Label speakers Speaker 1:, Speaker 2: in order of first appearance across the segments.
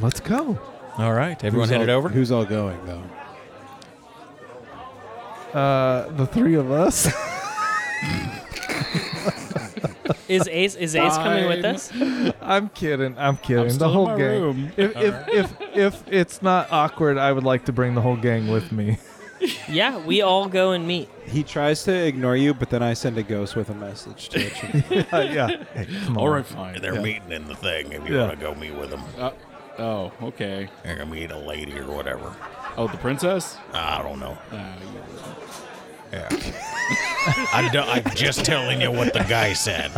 Speaker 1: Let's go.
Speaker 2: All right, everyone headed
Speaker 3: all,
Speaker 2: over.
Speaker 3: Who's all going though?
Speaker 1: Uh, the three of us.
Speaker 4: Is Ace is Ace coming with us?
Speaker 1: I'm kidding. I'm kidding. the
Speaker 3: still in
Speaker 1: whole
Speaker 3: my
Speaker 1: gang.
Speaker 3: room.
Speaker 1: If if, if if it's not awkward, I would like to bring the whole gang with me.
Speaker 4: Yeah, we all go and meet.
Speaker 3: He tries to ignore you, but then I send a ghost with a message to it.
Speaker 1: Uh, yeah. Hey, come on.
Speaker 5: All right, fine.
Speaker 6: They're meeting in the thing if you
Speaker 1: Yeah.
Speaker 6: want to go meet with them.
Speaker 5: Uh, oh, okay.
Speaker 6: They're going to meet a lady or whatever.
Speaker 5: Oh, the princess?
Speaker 6: I don't know.
Speaker 5: Uh, you-
Speaker 6: Yeah. I don't, I'm just telling you what the guy said.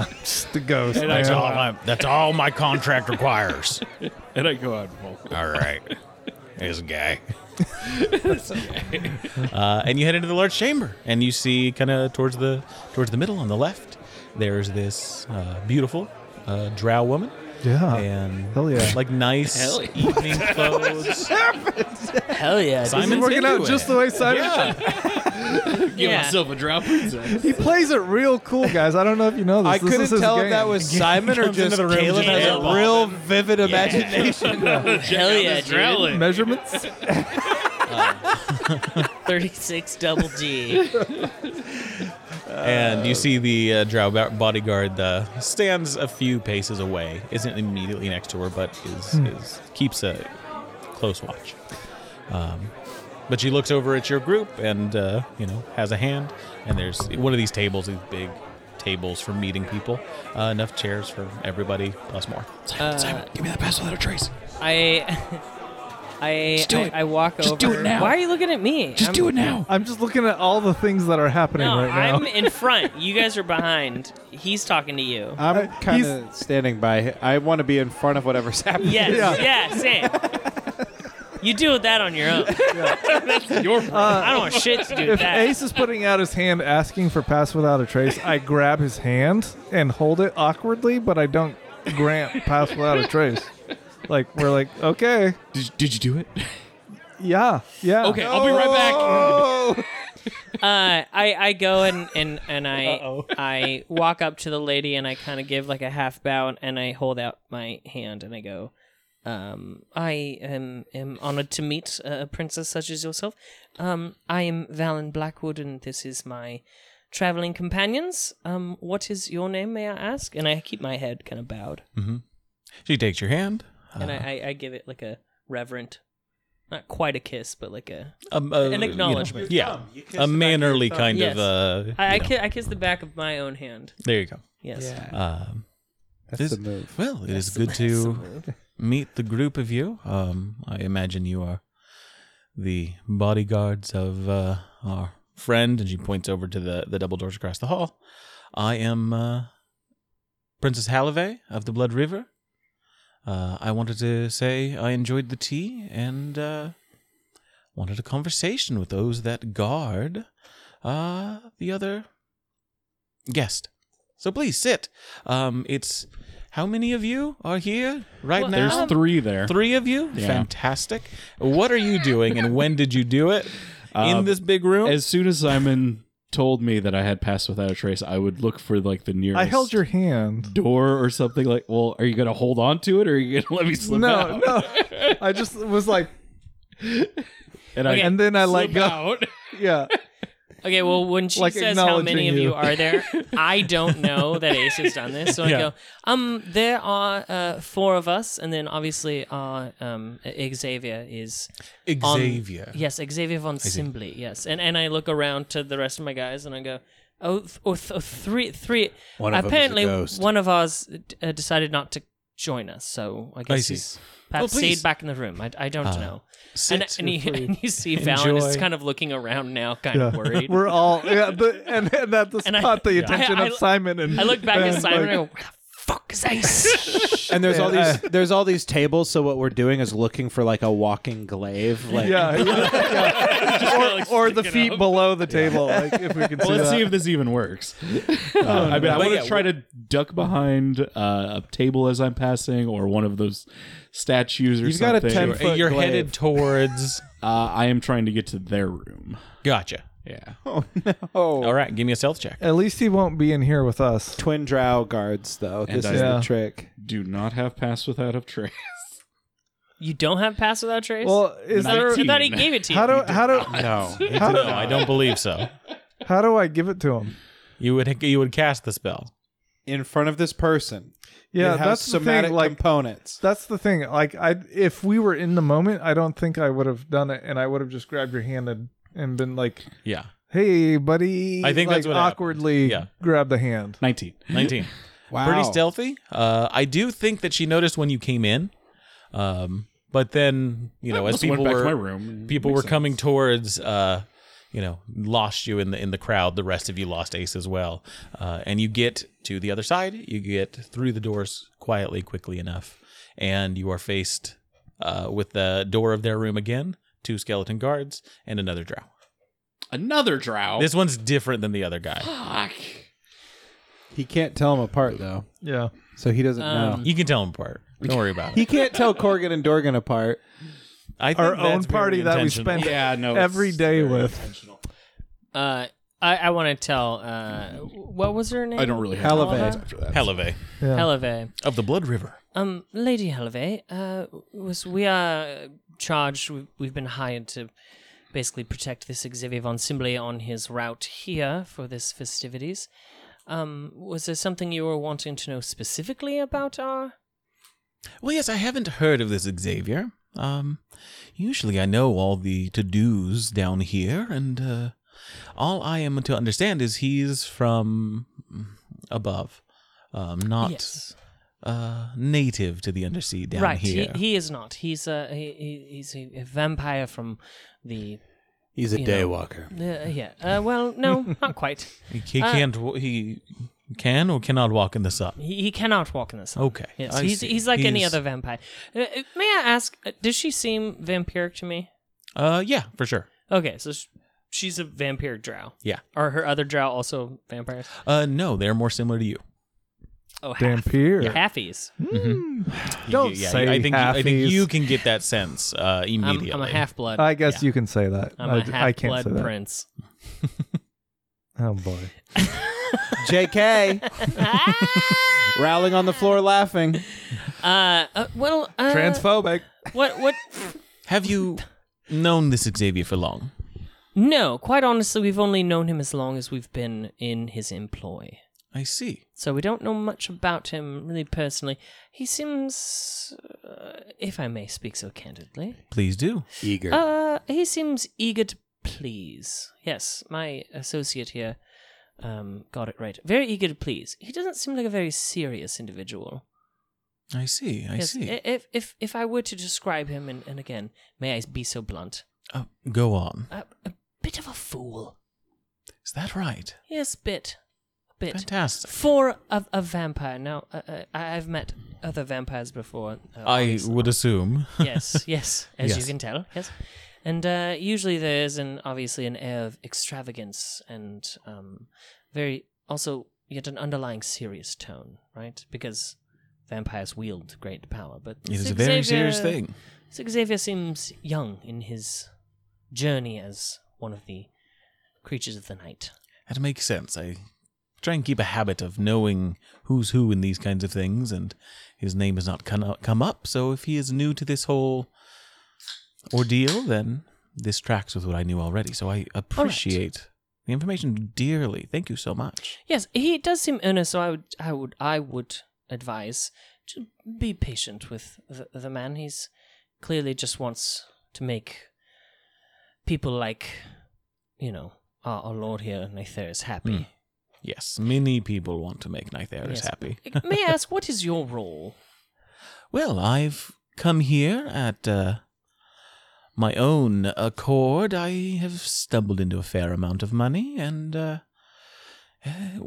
Speaker 1: The ghost.
Speaker 5: And I
Speaker 6: That's
Speaker 1: man.
Speaker 6: all, I'm, that's all my contract requires.
Speaker 5: and I go out. Well,
Speaker 6: All right. This guy.
Speaker 2: Uh, and you head into the large chamber, and you see kind of towards the towards the middle on the left. There's this uh, beautiful uh, drow woman,
Speaker 1: Yeah.
Speaker 2: and
Speaker 1: Hell yeah.
Speaker 2: like nice
Speaker 4: Hell
Speaker 2: evening clothes.
Speaker 4: Hell yeah. dude.
Speaker 2: Simon's
Speaker 1: This is working
Speaker 2: into
Speaker 1: out
Speaker 2: it.
Speaker 1: just the way Simon.
Speaker 2: Yeah,
Speaker 5: give
Speaker 4: yeah.
Speaker 5: myself a drop princess.
Speaker 1: He plays it real cool, guys. I don't know if you know this.
Speaker 3: I
Speaker 1: This is
Speaker 3: couldn't
Speaker 1: his
Speaker 3: tell if
Speaker 1: game.
Speaker 3: that was Simon or
Speaker 2: comes into
Speaker 3: just
Speaker 2: the room,
Speaker 3: Caleb
Speaker 2: just
Speaker 3: has a
Speaker 2: eyeball
Speaker 3: real vivid imagination.
Speaker 4: Hell yeah, dude.
Speaker 1: measurements.
Speaker 4: Thirty-six double G.
Speaker 2: and you see the uh, drow bo- bodyguard uh, stands a few paces away, isn't immediately next to her, but is,
Speaker 3: Hmm.
Speaker 2: is keeps a close watch. Um, but she looks over at your group and uh, you know has a hand. And there's one of these tables, these big tables for meeting people, uh, enough chairs for everybody plus more.
Speaker 5: Give me that pass without a trace.
Speaker 4: Uh, I I
Speaker 5: do
Speaker 4: I,
Speaker 5: it.
Speaker 4: I walk
Speaker 5: Just
Speaker 4: over.
Speaker 5: do it now.
Speaker 4: Why are you looking at me?
Speaker 5: Just
Speaker 4: I'm-
Speaker 5: do it now.
Speaker 1: I'm just looking at all the things that are happening
Speaker 4: No,
Speaker 1: right now.
Speaker 4: I'm in front. You guys are behind. He's talking to you.
Speaker 3: I'm kind
Speaker 1: he's-
Speaker 3: of standing by. I want to be in front of whatever's happening.
Speaker 4: Yes.
Speaker 1: Yeah.
Speaker 4: Yeah. Same. You deal with that on your own.
Speaker 5: Your
Speaker 4: I don't want shit to do with
Speaker 1: if
Speaker 4: that.
Speaker 1: Ace is putting out his hand asking for pass without a trace, I grab his hand and hold it awkwardly, but I don't grant pass without a trace. Like we're like, okay,
Speaker 5: did, did you do it?
Speaker 1: yeah, yeah.
Speaker 5: Okay, I'll be right back.
Speaker 4: uh, I I go and and and I I walk up to the lady and I kind of give like a half bow and, and I hold out my hand and I go, um, I am am honored to meet a princess such as yourself. Um, I am Valen Blackwood and this is my traveling companions. Um, what is your name, may I ask? And I keep my head kind of bowed
Speaker 2: She takes your hand.
Speaker 4: and I, I I give it like a reverent, not quite a kiss, but like a
Speaker 2: Um, uh,
Speaker 4: an acknowledgement.
Speaker 2: You know, yeah, a mannerly kind
Speaker 4: Yes.
Speaker 2: of. Uh,
Speaker 4: I, I,
Speaker 2: you know.
Speaker 4: ki- I kiss the back of my own hand.
Speaker 2: there you go.
Speaker 4: Yes.
Speaker 2: Um,
Speaker 3: That's
Speaker 2: This-
Speaker 3: the move.
Speaker 2: Well, it is good to meet the group of you. Um, I imagine you are the bodyguards of uh, our friend, and she points over to the, the double doors across the hall. I am uh, Princess Halliway of the Blood River. Uh, I wanted to say I enjoyed the tea and uh, wanted a conversation with those that guard uh, the other guest. So please sit. Um, it's how many of you are here right
Speaker 4: Well,
Speaker 2: now?
Speaker 4: Um,
Speaker 5: There's three there.
Speaker 2: Three of you?
Speaker 5: Yeah.
Speaker 2: Fantastic. What are you doing and when did you do it?
Speaker 5: Uh,
Speaker 2: In this big room?
Speaker 5: As soon as Simon told me that I had passed without a trace, I would look for like the nearest.
Speaker 1: I held your hand.
Speaker 5: door or something like. Well, are you gonna hold on to it or are you gonna let me slip out?
Speaker 1: No, no. I just was like,
Speaker 5: And I
Speaker 1: and then I let
Speaker 5: slip
Speaker 1: go.
Speaker 5: out.
Speaker 1: Yeah,
Speaker 4: Okay. Well, when she
Speaker 1: Like
Speaker 4: says how
Speaker 1: acknowledging
Speaker 4: many of
Speaker 1: you.
Speaker 4: you are there, I don't know that Ace has done this, so I go, um, there are uh, four of us, and then obviously our um Xavier is on-
Speaker 2: Xavier.
Speaker 4: yes, Xavier von Simbli. Yes, and and I look around to the rest of my guys and I go. Oh, th- oh, th- oh, three, three.
Speaker 3: One of 'em is a
Speaker 4: apparently,
Speaker 3: ghost.
Speaker 4: one of ours uh, decided not to join us, so I guess
Speaker 2: see.
Speaker 4: he's perhaps
Speaker 2: Well, please.
Speaker 4: stayed back in the room. I, I don't know. And,
Speaker 2: sit.
Speaker 4: and, you, and you see Fallon is
Speaker 2: Enjoy.
Speaker 4: kind of looking around now, kind of worried.
Speaker 1: we're all yeah, the, and, and that just
Speaker 4: And I-
Speaker 1: caught the
Speaker 4: yeah.
Speaker 1: attention
Speaker 4: I- I
Speaker 1: of
Speaker 4: lo-
Speaker 1: Simon. And
Speaker 4: I look back at
Speaker 1: and
Speaker 4: Simon and I go,
Speaker 1: like,
Speaker 4: "Where the fuck is this?
Speaker 3: And there's all these there's all these tables. So what we're doing is looking for like a walking glaive. Like
Speaker 7: Yeah. yeah. Or, or the feet below the table, like if we can see that.
Speaker 5: Let's see if this even works. Uh, I mean, I want to try to duck behind uh, a table as I'm passing, or one of those statues or
Speaker 3: You've got a
Speaker 5: something.
Speaker 3: 10
Speaker 5: Or-
Speaker 3: Foot
Speaker 2: You're
Speaker 3: glaive.
Speaker 2: headed towards.
Speaker 5: uh, I am trying to get to their room.
Speaker 2: Gotcha.
Speaker 5: Yeah,
Speaker 3: Oh.
Speaker 2: All right, give me a stealth check.
Speaker 5: Uh,
Speaker 7: At least he won't be in here with us.
Speaker 3: twin drow guards, though. this
Speaker 5: I-
Speaker 3: is
Speaker 7: Yeah.
Speaker 3: the trick.
Speaker 5: do not have pass without of trace.
Speaker 4: you don't have pass without trace.
Speaker 7: Well, is there?
Speaker 4: I thought he gave it to you.
Speaker 7: How do how do
Speaker 6: No.
Speaker 7: how
Speaker 2: No,
Speaker 7: do,
Speaker 2: I don't believe so.
Speaker 7: how do I give it to him?
Speaker 2: You would you would cast the spell.
Speaker 3: In front of this person.
Speaker 7: Yeah,
Speaker 3: it has
Speaker 7: that's the
Speaker 3: somatic
Speaker 7: thing. Like
Speaker 3: components.
Speaker 7: that's the thing. Like I, if we were in the moment, I don't think I would have done it, and I would have just grabbed your hand and and been like,
Speaker 2: Yeah,
Speaker 7: "Hey, buddy,"
Speaker 2: I think
Speaker 7: like,
Speaker 2: that's what happened.
Speaker 7: awkwardly
Speaker 2: Yeah.
Speaker 7: grab the hand.
Speaker 5: Nineteen.
Speaker 2: nineteen.
Speaker 3: Wow.
Speaker 2: Pretty stealthy. Uh, I do think that she noticed when you came in, um, but then you know as
Speaker 5: Just went
Speaker 2: people
Speaker 5: back to
Speaker 2: were
Speaker 5: my room.
Speaker 2: people
Speaker 5: Makes
Speaker 2: were
Speaker 5: sense.
Speaker 2: coming towards uh you know lost you in the in the crowd the rest of you lost ace as well uh, and you get to the other side you get through the doors quietly quickly enough and you are faced uh, with the door of their room again two skeleton guards and another drow
Speaker 5: Another drow.
Speaker 2: this one's different than the other guy
Speaker 5: Fuck.
Speaker 3: He can't tell them apart though,
Speaker 7: Yeah,
Speaker 3: so he doesn't
Speaker 5: Um.
Speaker 3: know.
Speaker 2: you can tell them apart don't worry about
Speaker 3: He
Speaker 2: it
Speaker 3: can't tell Corgan and Dorgan apart.
Speaker 2: I think
Speaker 7: our own
Speaker 2: that's very
Speaker 7: party that we
Speaker 2: intentional.
Speaker 7: spent
Speaker 5: Yeah, no.
Speaker 7: every
Speaker 5: it's
Speaker 7: day
Speaker 5: very
Speaker 7: with.
Speaker 5: intentional.
Speaker 4: Uh, I, I want to tell. Uh, what was her name?
Speaker 5: I don't really have
Speaker 3: Hell of
Speaker 5: thoughts
Speaker 3: a-
Speaker 5: after that.
Speaker 2: Heleve
Speaker 4: Heleve.
Speaker 2: of the blood river
Speaker 4: Um, Lady Heleve, uh, was we are charged. We, we've been hired to basically protect this Xavier von Simble on his route here for this festivities. Um, was there something you were wanting to know specifically about our?
Speaker 2: Well, yes, I haven't heard of this Xavier. Um, usually I know all the to dos down here, and uh, all I am to understand is he's from above, um, not
Speaker 4: yes,
Speaker 2: uh, native to the undersea down
Speaker 4: right.
Speaker 2: here.
Speaker 4: He, he is not. He's a he, he, he's a vampire from the.
Speaker 3: He's a
Speaker 4: You know.
Speaker 3: daywalker.
Speaker 4: Uh, yeah. Uh, well, no, not quite.
Speaker 2: He, he
Speaker 4: uh,
Speaker 2: can't. wa- He can or cannot walk in the sun.
Speaker 4: He, he cannot walk in the sun.
Speaker 2: Okay,
Speaker 4: Yes,
Speaker 2: Oh, I
Speaker 4: he's
Speaker 2: see.
Speaker 4: he's like any
Speaker 2: He's-
Speaker 4: other vampire. Uh, uh, may I ask? uh, Does she seem vampiric to me?
Speaker 2: Uh, yeah, for sure.
Speaker 4: Okay, so sh- she's a vampiric drow.
Speaker 2: Yeah.
Speaker 4: Are her other drow also vampires?
Speaker 2: Uh, no, they're more similar to you.
Speaker 4: Oh,
Speaker 7: Damn,
Speaker 4: half.
Speaker 7: Pierre.
Speaker 4: Yeah, halfies.
Speaker 7: Don't
Speaker 2: yeah,
Speaker 7: say
Speaker 2: I think I think
Speaker 7: halfies.
Speaker 2: you can get that sense uh,
Speaker 4: I'm,
Speaker 2: immediately.
Speaker 4: I'm a half blood.
Speaker 7: I guess you can say that.
Speaker 4: I'm
Speaker 7: I-
Speaker 4: a half
Speaker 7: I can't
Speaker 4: blood
Speaker 7: say that.
Speaker 4: prince.
Speaker 7: Oh boy.
Speaker 3: JK. Rowling on the floor laughing.
Speaker 4: Uh, uh, well, uh,
Speaker 7: Transphobic.
Speaker 4: what what?
Speaker 2: Have you known this Xavier for long?
Speaker 4: No, quite honestly, we've only known him as long as we've been in his employ.
Speaker 2: I see.
Speaker 4: So we don't know much about him really personally. He seems, uh, if I may speak so candidly,
Speaker 2: Please do.
Speaker 3: Eager.
Speaker 4: Uh, he seems eager to please. Yes, my associate here um, got it right. Very eager to please. He doesn't seem like a very serious individual.
Speaker 2: I see. I
Speaker 4: yes,
Speaker 2: see.
Speaker 4: i- If, if if I were to describe him, and, and again, may I be so blunt,
Speaker 2: Uh, go on.
Speaker 4: a, a bit of a fool.
Speaker 2: Is that right?
Speaker 4: Yes, bit, a bit.
Speaker 2: Fantastic.
Speaker 4: For a, a vampire. Now, uh, uh, I- I've met other vampires before. uh,
Speaker 2: I
Speaker 4: obviously.
Speaker 2: would assume.
Speaker 4: yes, yes, as you
Speaker 2: Yes.
Speaker 4: can tell, yes. And uh, usually there is an obviously an air of extravagance and um, very also yet an underlying serious tone, right? Because vampires wield great power, but
Speaker 2: It is a very serious
Speaker 4: Xavier-
Speaker 2: thing.
Speaker 4: Xavier seems young in his journey as one of the creatures of the night.
Speaker 2: That makes sense. I try and keep a habit of knowing who's who in these kinds of things, and his name has not come up, come up. So if he is new to this whole ordeal, then this tracks with what I knew already. So I appreciate the information dearly. Thank you so much.
Speaker 4: Yes, he does seem earnest, so I would, I would, I would advise to be patient with the, the man. He's clearly just wants to make people like, you know, our, our Lord here and Aetheris happy.
Speaker 2: Yes, many people want to make Nytheris
Speaker 4: Yes.
Speaker 2: happy.
Speaker 4: May I ask, what is your role?
Speaker 2: Well, I've come here at uh, my own accord. I have stumbled into a fair amount of money, and uh, eh,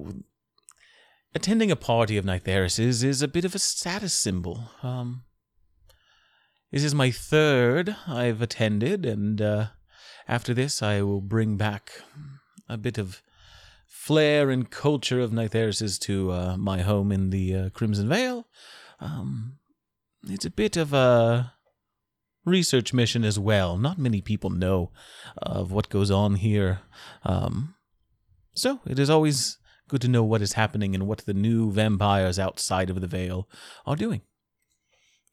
Speaker 2: attending a party of Nytheris is, is a bit of a status symbol. Um, this is my third I've attended, and uh, after this, I will bring back a bit of flair and culture of Nytheris's to uh, my home in the uh, Crimson Vale. Um, it's a bit of a research mission as well. Not many people know of what goes on here. Um, so it is always good to know what is happening and what the new vampires outside of the Vale are doing.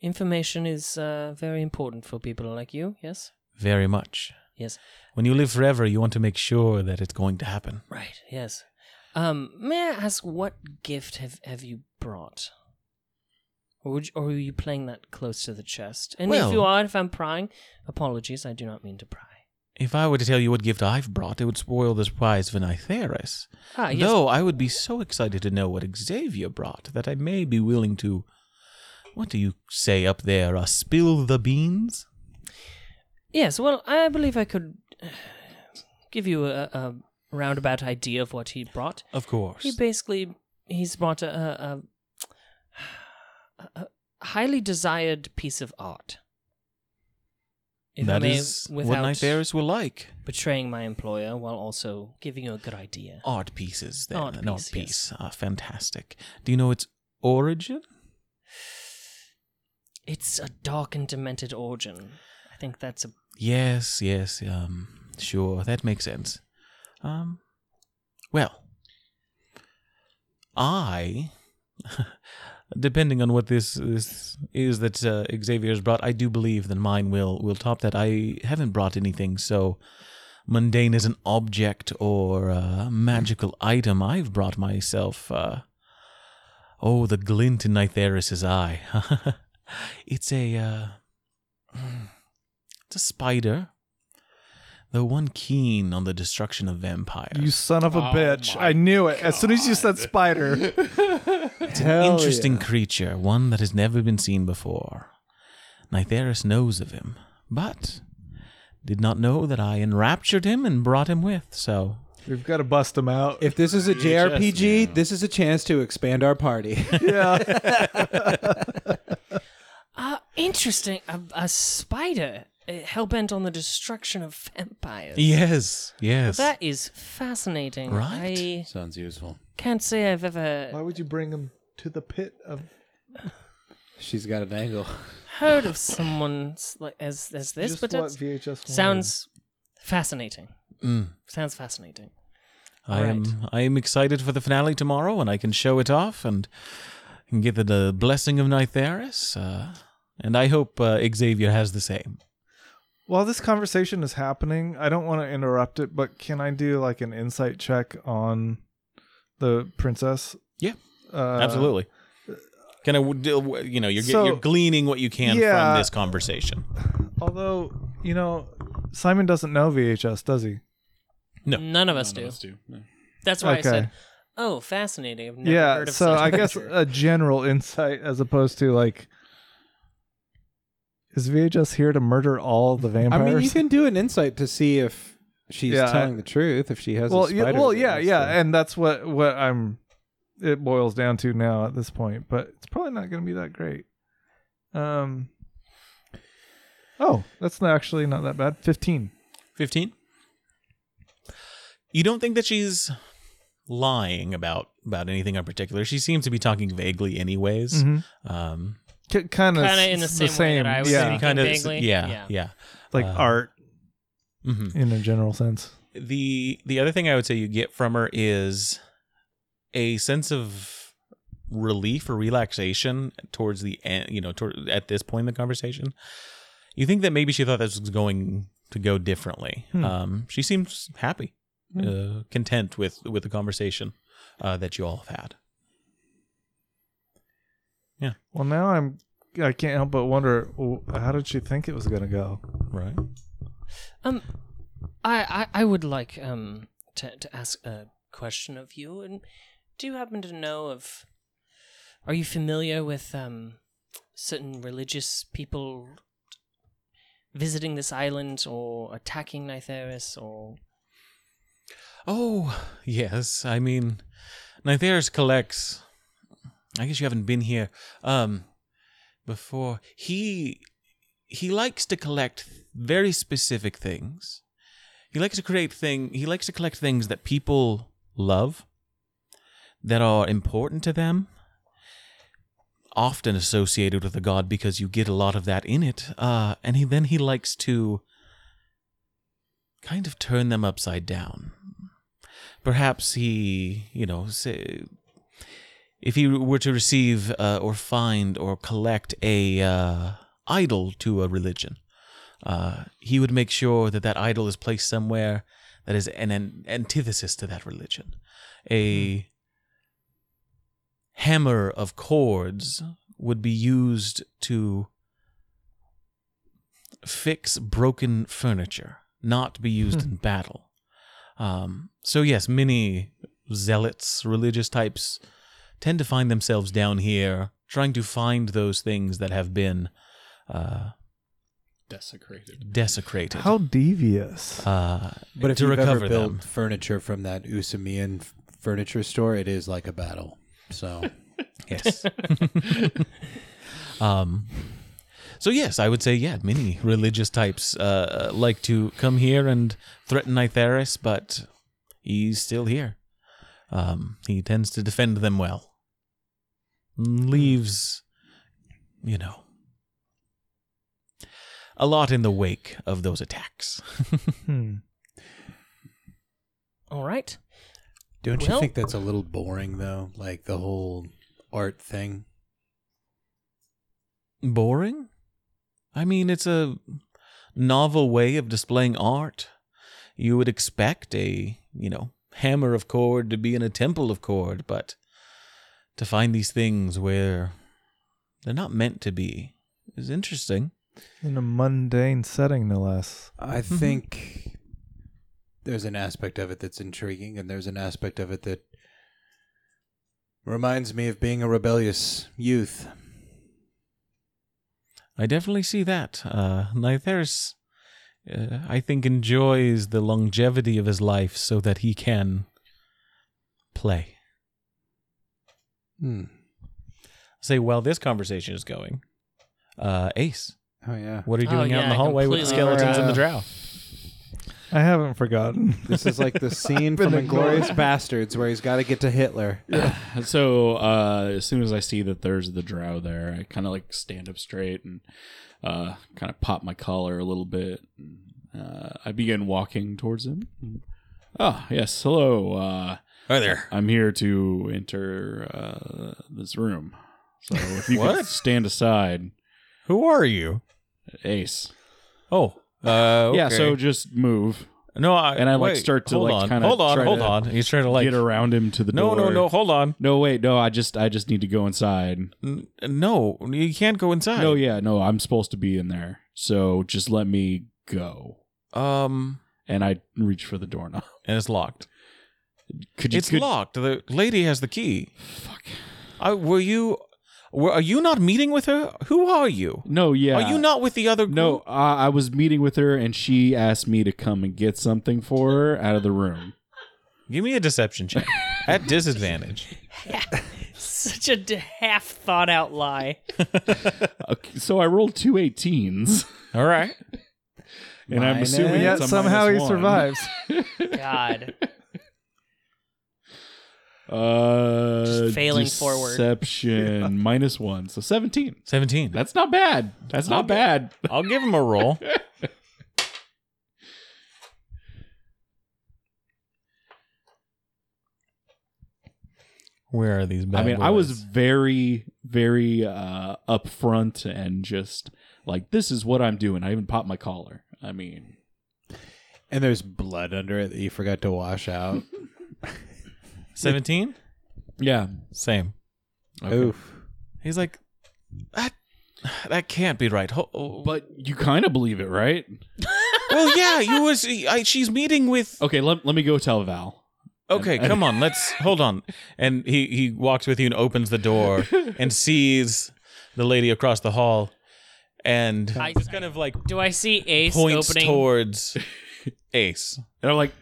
Speaker 4: Information is uh, very important for people like you. Yes.
Speaker 2: Very much.
Speaker 4: Yes.
Speaker 2: When you live forever, you want to make sure that it's going to happen.
Speaker 4: Right. Yes. Um, may I ask what gift have, have you brought? Or, would you, or are you playing that close to the chest? And if you
Speaker 2: Well-
Speaker 4: are, if I'm prying, apologies, I do not mean to pry.
Speaker 2: If I were to tell you what gift I've brought, it would spoil the surprise for Nytheris.
Speaker 4: Ah, yes.
Speaker 2: Though I would be so excited to know what Xavier brought that I may be willing to. What do you say up there? Uh, spill the beans?
Speaker 4: Yes, well, I believe I could uh, give you a, a roundabout idea of what he brought.
Speaker 2: Of course.
Speaker 4: He basically he's brought a, a, a, a highly desired piece of art. If I
Speaker 2: that
Speaker 4: may,
Speaker 2: is what
Speaker 4: without
Speaker 2: Nytheris were like.
Speaker 4: betraying my employer while also giving you a good idea.
Speaker 2: Art pieces, then.
Speaker 4: Art
Speaker 2: An art
Speaker 4: piece, yes.
Speaker 2: piece. Ah, fantastic. Do you know its origin?
Speaker 4: It's a dark and demented origin. I think that's a
Speaker 2: Yes, yes, um, sure, that makes sense. Um, well, I, depending on what this, this is that uh, Xavier's brought, I do believe that mine will will top that. I haven't brought anything so mundane as an object or a magical item. I've brought myself. Uh, oh, the glint in Nytheris's eye. it's a. Uh, it's a spider. Though one keen on the destruction of vampires.
Speaker 1: You son of a bitch. I knew it. As soon as you said spider,
Speaker 2: it's an interesting creature, one that has never been seen before. Nytheris knows of him, but did not know that I enraptured him and brought him with, so
Speaker 1: we've got to bust him out.
Speaker 3: If this is a JRPG, this is a chance to expand our party.
Speaker 4: Ah, interesting. A, a spider uh, hellbent on the destruction of vampires.
Speaker 2: Yes, yes.
Speaker 4: That is fascinating.
Speaker 2: Right?
Speaker 4: I
Speaker 3: Sounds useful.
Speaker 4: can't say I've ever
Speaker 1: Why would you bring him to the pit of
Speaker 3: She's got an angle.
Speaker 4: heard of someone s- like as as this,
Speaker 1: just
Speaker 4: but
Speaker 1: what
Speaker 4: that's,
Speaker 1: VHS wanted.
Speaker 4: sounds fascinating.
Speaker 2: Mm.
Speaker 4: Sounds fascinating.
Speaker 2: I am I am excited for the finale tomorrow and I can show it off and and get the, the blessing of Nytheris. Uh, and I hope uh, Xavier has the same.
Speaker 1: While this conversation is happening, I don't want to interrupt it, but can I do like an insight check on the princess?
Speaker 2: Yeah.
Speaker 1: Uh,
Speaker 2: Absolutely. Kind of, you know, you're, get-
Speaker 1: so-
Speaker 2: you're gleaning what you can
Speaker 1: Yeah.
Speaker 2: from this conversation.
Speaker 1: Although, you know, Simon doesn't know VHS, does he?
Speaker 2: No.
Speaker 4: None of us do. That's why I
Speaker 1: Okay.
Speaker 4: said, "Oh, fascinating." I've never
Speaker 1: yeah.
Speaker 4: heard of
Speaker 1: So
Speaker 4: such
Speaker 1: I guess uh,
Speaker 4: creature."
Speaker 1: a general insight as opposed to like, is VHS here to murder all the
Speaker 3: I
Speaker 1: vampires?
Speaker 3: mean, you can do an insight to see if she's
Speaker 1: Yeah, I-
Speaker 3: telling the truth, if she has a
Speaker 1: well, yeah,
Speaker 3: spider.
Speaker 1: well,
Speaker 3: that
Speaker 1: yeah,
Speaker 3: wants
Speaker 1: yeah,
Speaker 3: to-
Speaker 1: and that's what what I'm. It boils down to now at this point, but it's probably not going to be that great. Um. Oh, that's not actually not that bad. Fifteen.
Speaker 2: 15 you don't think that she's lying about about anything in particular she seems to be talking vaguely anyways
Speaker 1: Mm-hmm.
Speaker 2: um
Speaker 1: K- kind of
Speaker 4: Kinda in the same way that I was
Speaker 1: yeah,
Speaker 4: thinking.
Speaker 2: kind of
Speaker 4: vaguely?
Speaker 2: yeah
Speaker 4: Yeah.
Speaker 2: yeah
Speaker 1: like
Speaker 2: Uh,
Speaker 1: art
Speaker 2: mhm.
Speaker 1: in a general sense.
Speaker 2: the the other thing i would say you get from her is a sense of relief or relaxation towards the end you know toward, at this point in the conversation you think that maybe she thought this was going to go differently um she seems happy uh, content with with the conversation uh, that you all have had
Speaker 1: Well, now I'm. I can't help but wonder w- how did she think it was going to go?
Speaker 2: right
Speaker 4: Um, I, I, I would like um to to ask a question of you, and do you happen to know of? Are you familiar with um certain religious people visiting this island or attacking Nytheris or?
Speaker 2: Oh, yes. I mean, Nytheris collects I guess you haven't been here um, before. He he likes to collect very specific things. He likes to create thing. He likes to collect things that people love, that are important to them, often associated with a god because you get a lot of that in it. Uh, and he then he likes to kind of turn them upside down. Perhaps he, you know, say, if he were to receive uh, or find or collect a uh, idol to a religion, uh, he would make sure that that idol is placed somewhere that is an, an antithesis to that religion, a hammer of chords would be used to fix broken furniture, not be used in battle. Um, so, yes, many zealots, religious types, tend to find themselves down here trying to find those things that have been uh,
Speaker 5: Desecrated.
Speaker 2: desecrated.
Speaker 7: How devious.
Speaker 2: uh,
Speaker 3: But if
Speaker 2: to
Speaker 3: you
Speaker 2: recover
Speaker 3: ever built
Speaker 2: them.
Speaker 3: furniture from that Usamian f- furniture store, it is like a battle. So
Speaker 2: Yes. um, so yes, I would say yeah. Many religious types uh, like to come here and threaten Nytheris, but he's still here. Um, he tends to defend them well. Leaves, you know, a lot in the wake of those attacks.
Speaker 7: Hmm.
Speaker 4: All right.
Speaker 3: Don't
Speaker 4: Well-
Speaker 3: you think that's a little boring though? Like the whole art thing.
Speaker 2: boring? I mean, it's a novel way of displaying art. You would expect a, you know, hammer of cord to be in a temple of cord, but to find these things where they're not meant to be is interesting.
Speaker 7: In a mundane setting, no less.
Speaker 3: I think there's an aspect of it that's intriguing and there's an aspect of it that reminds me of being a rebellious youth.
Speaker 2: I definitely see that. Uh, Nytheris, uh, I think, enjoys the longevity of his life so that he can play.
Speaker 3: Hmm.
Speaker 2: Say, while this conversation is going, uh, Ace,
Speaker 3: Oh yeah.
Speaker 2: What are you
Speaker 4: Oh,
Speaker 2: doing out in
Speaker 4: yeah,
Speaker 2: the hallway with the
Speaker 4: completely
Speaker 2: skeletons and the drow?
Speaker 7: I haven't forgotten.
Speaker 3: This is like the scene
Speaker 7: Been
Speaker 3: from
Speaker 7: ignored.
Speaker 3: Inglorious Bastards where he's got to get to Hitler.
Speaker 5: So uh, as soon as I see that there's the drow there, I kind of like stand up straight and uh, kind of pop my collar a little bit. Uh, I begin walking towards him.
Speaker 2: Mm-hmm.
Speaker 5: Ah, yes, hello. Uh,
Speaker 6: Hi there.
Speaker 5: I'm here to enter uh, this room. So if you could stand aside,
Speaker 6: Who are you?
Speaker 5: Ace.
Speaker 2: Oh, uh,
Speaker 5: Yeah,
Speaker 2: okay.
Speaker 5: so just move.
Speaker 2: no, I,
Speaker 5: and I, like,
Speaker 2: wait,
Speaker 5: start to,
Speaker 2: hold
Speaker 5: like,
Speaker 2: on,
Speaker 5: kinda
Speaker 2: hold on,
Speaker 5: try
Speaker 2: hold
Speaker 5: to
Speaker 2: on. He's trying to like
Speaker 5: Get around him to the
Speaker 2: No,
Speaker 5: door.
Speaker 2: no, no, hold on.
Speaker 5: No, wait, no. I just, I just need to go inside.
Speaker 2: N- No, you can't go inside.
Speaker 5: No, yeah, no. I'm supposed to be in there, so just let me go.
Speaker 2: Um,
Speaker 5: And I reach for the doorknob.
Speaker 2: and it's locked.
Speaker 5: Could you?
Speaker 2: it's
Speaker 5: could-
Speaker 2: locked. The lady has the key.
Speaker 5: Fuck.
Speaker 2: I, were you? Were are you not meeting with her? Who are you?
Speaker 5: No, yeah.
Speaker 2: Are you not with the other? Group?
Speaker 5: No, I, I was meeting with her, and she asked me to come and get something for her out of the room.
Speaker 2: Give me a deception check at disadvantage.
Speaker 4: Such a d- half thought out lie.
Speaker 5: Okay, so I rolled two 18s,
Speaker 2: All right.
Speaker 5: and I'm
Speaker 3: Minus-
Speaker 5: assuming
Speaker 7: Yet
Speaker 5: it's a
Speaker 7: somehow he
Speaker 5: minus one.
Speaker 7: survives.
Speaker 4: God.
Speaker 5: Uh,
Speaker 4: Just failing forward.
Speaker 5: Deception minus one, so 17.
Speaker 2: Seventeen.
Speaker 5: That's not bad. That's not bad.
Speaker 2: I'll give him a roll. Where are these bad
Speaker 5: I mean,
Speaker 2: boys?
Speaker 5: I was very, very uh, upfront and just like, this is what I'm doing. I even popped my collar. I mean,
Speaker 3: And there's blood under it that you forgot to wash out.
Speaker 2: 17?
Speaker 5: yeah.
Speaker 2: Same.
Speaker 3: Oof.
Speaker 2: He's like, that, that can't be right. Ho- oh,
Speaker 5: But you kind of believe it, right?
Speaker 2: well, yeah, you was. I, she's meeting with.
Speaker 5: Okay, let, let me go tell Val.
Speaker 2: Okay, come on, let's hold on. And he he walks with you and opens the door and sees the lady across the hall, and
Speaker 4: I-
Speaker 2: just kind of like
Speaker 4: Do I see Ace
Speaker 2: points
Speaker 4: opening?
Speaker 2: towards Ace.
Speaker 5: And I'm like,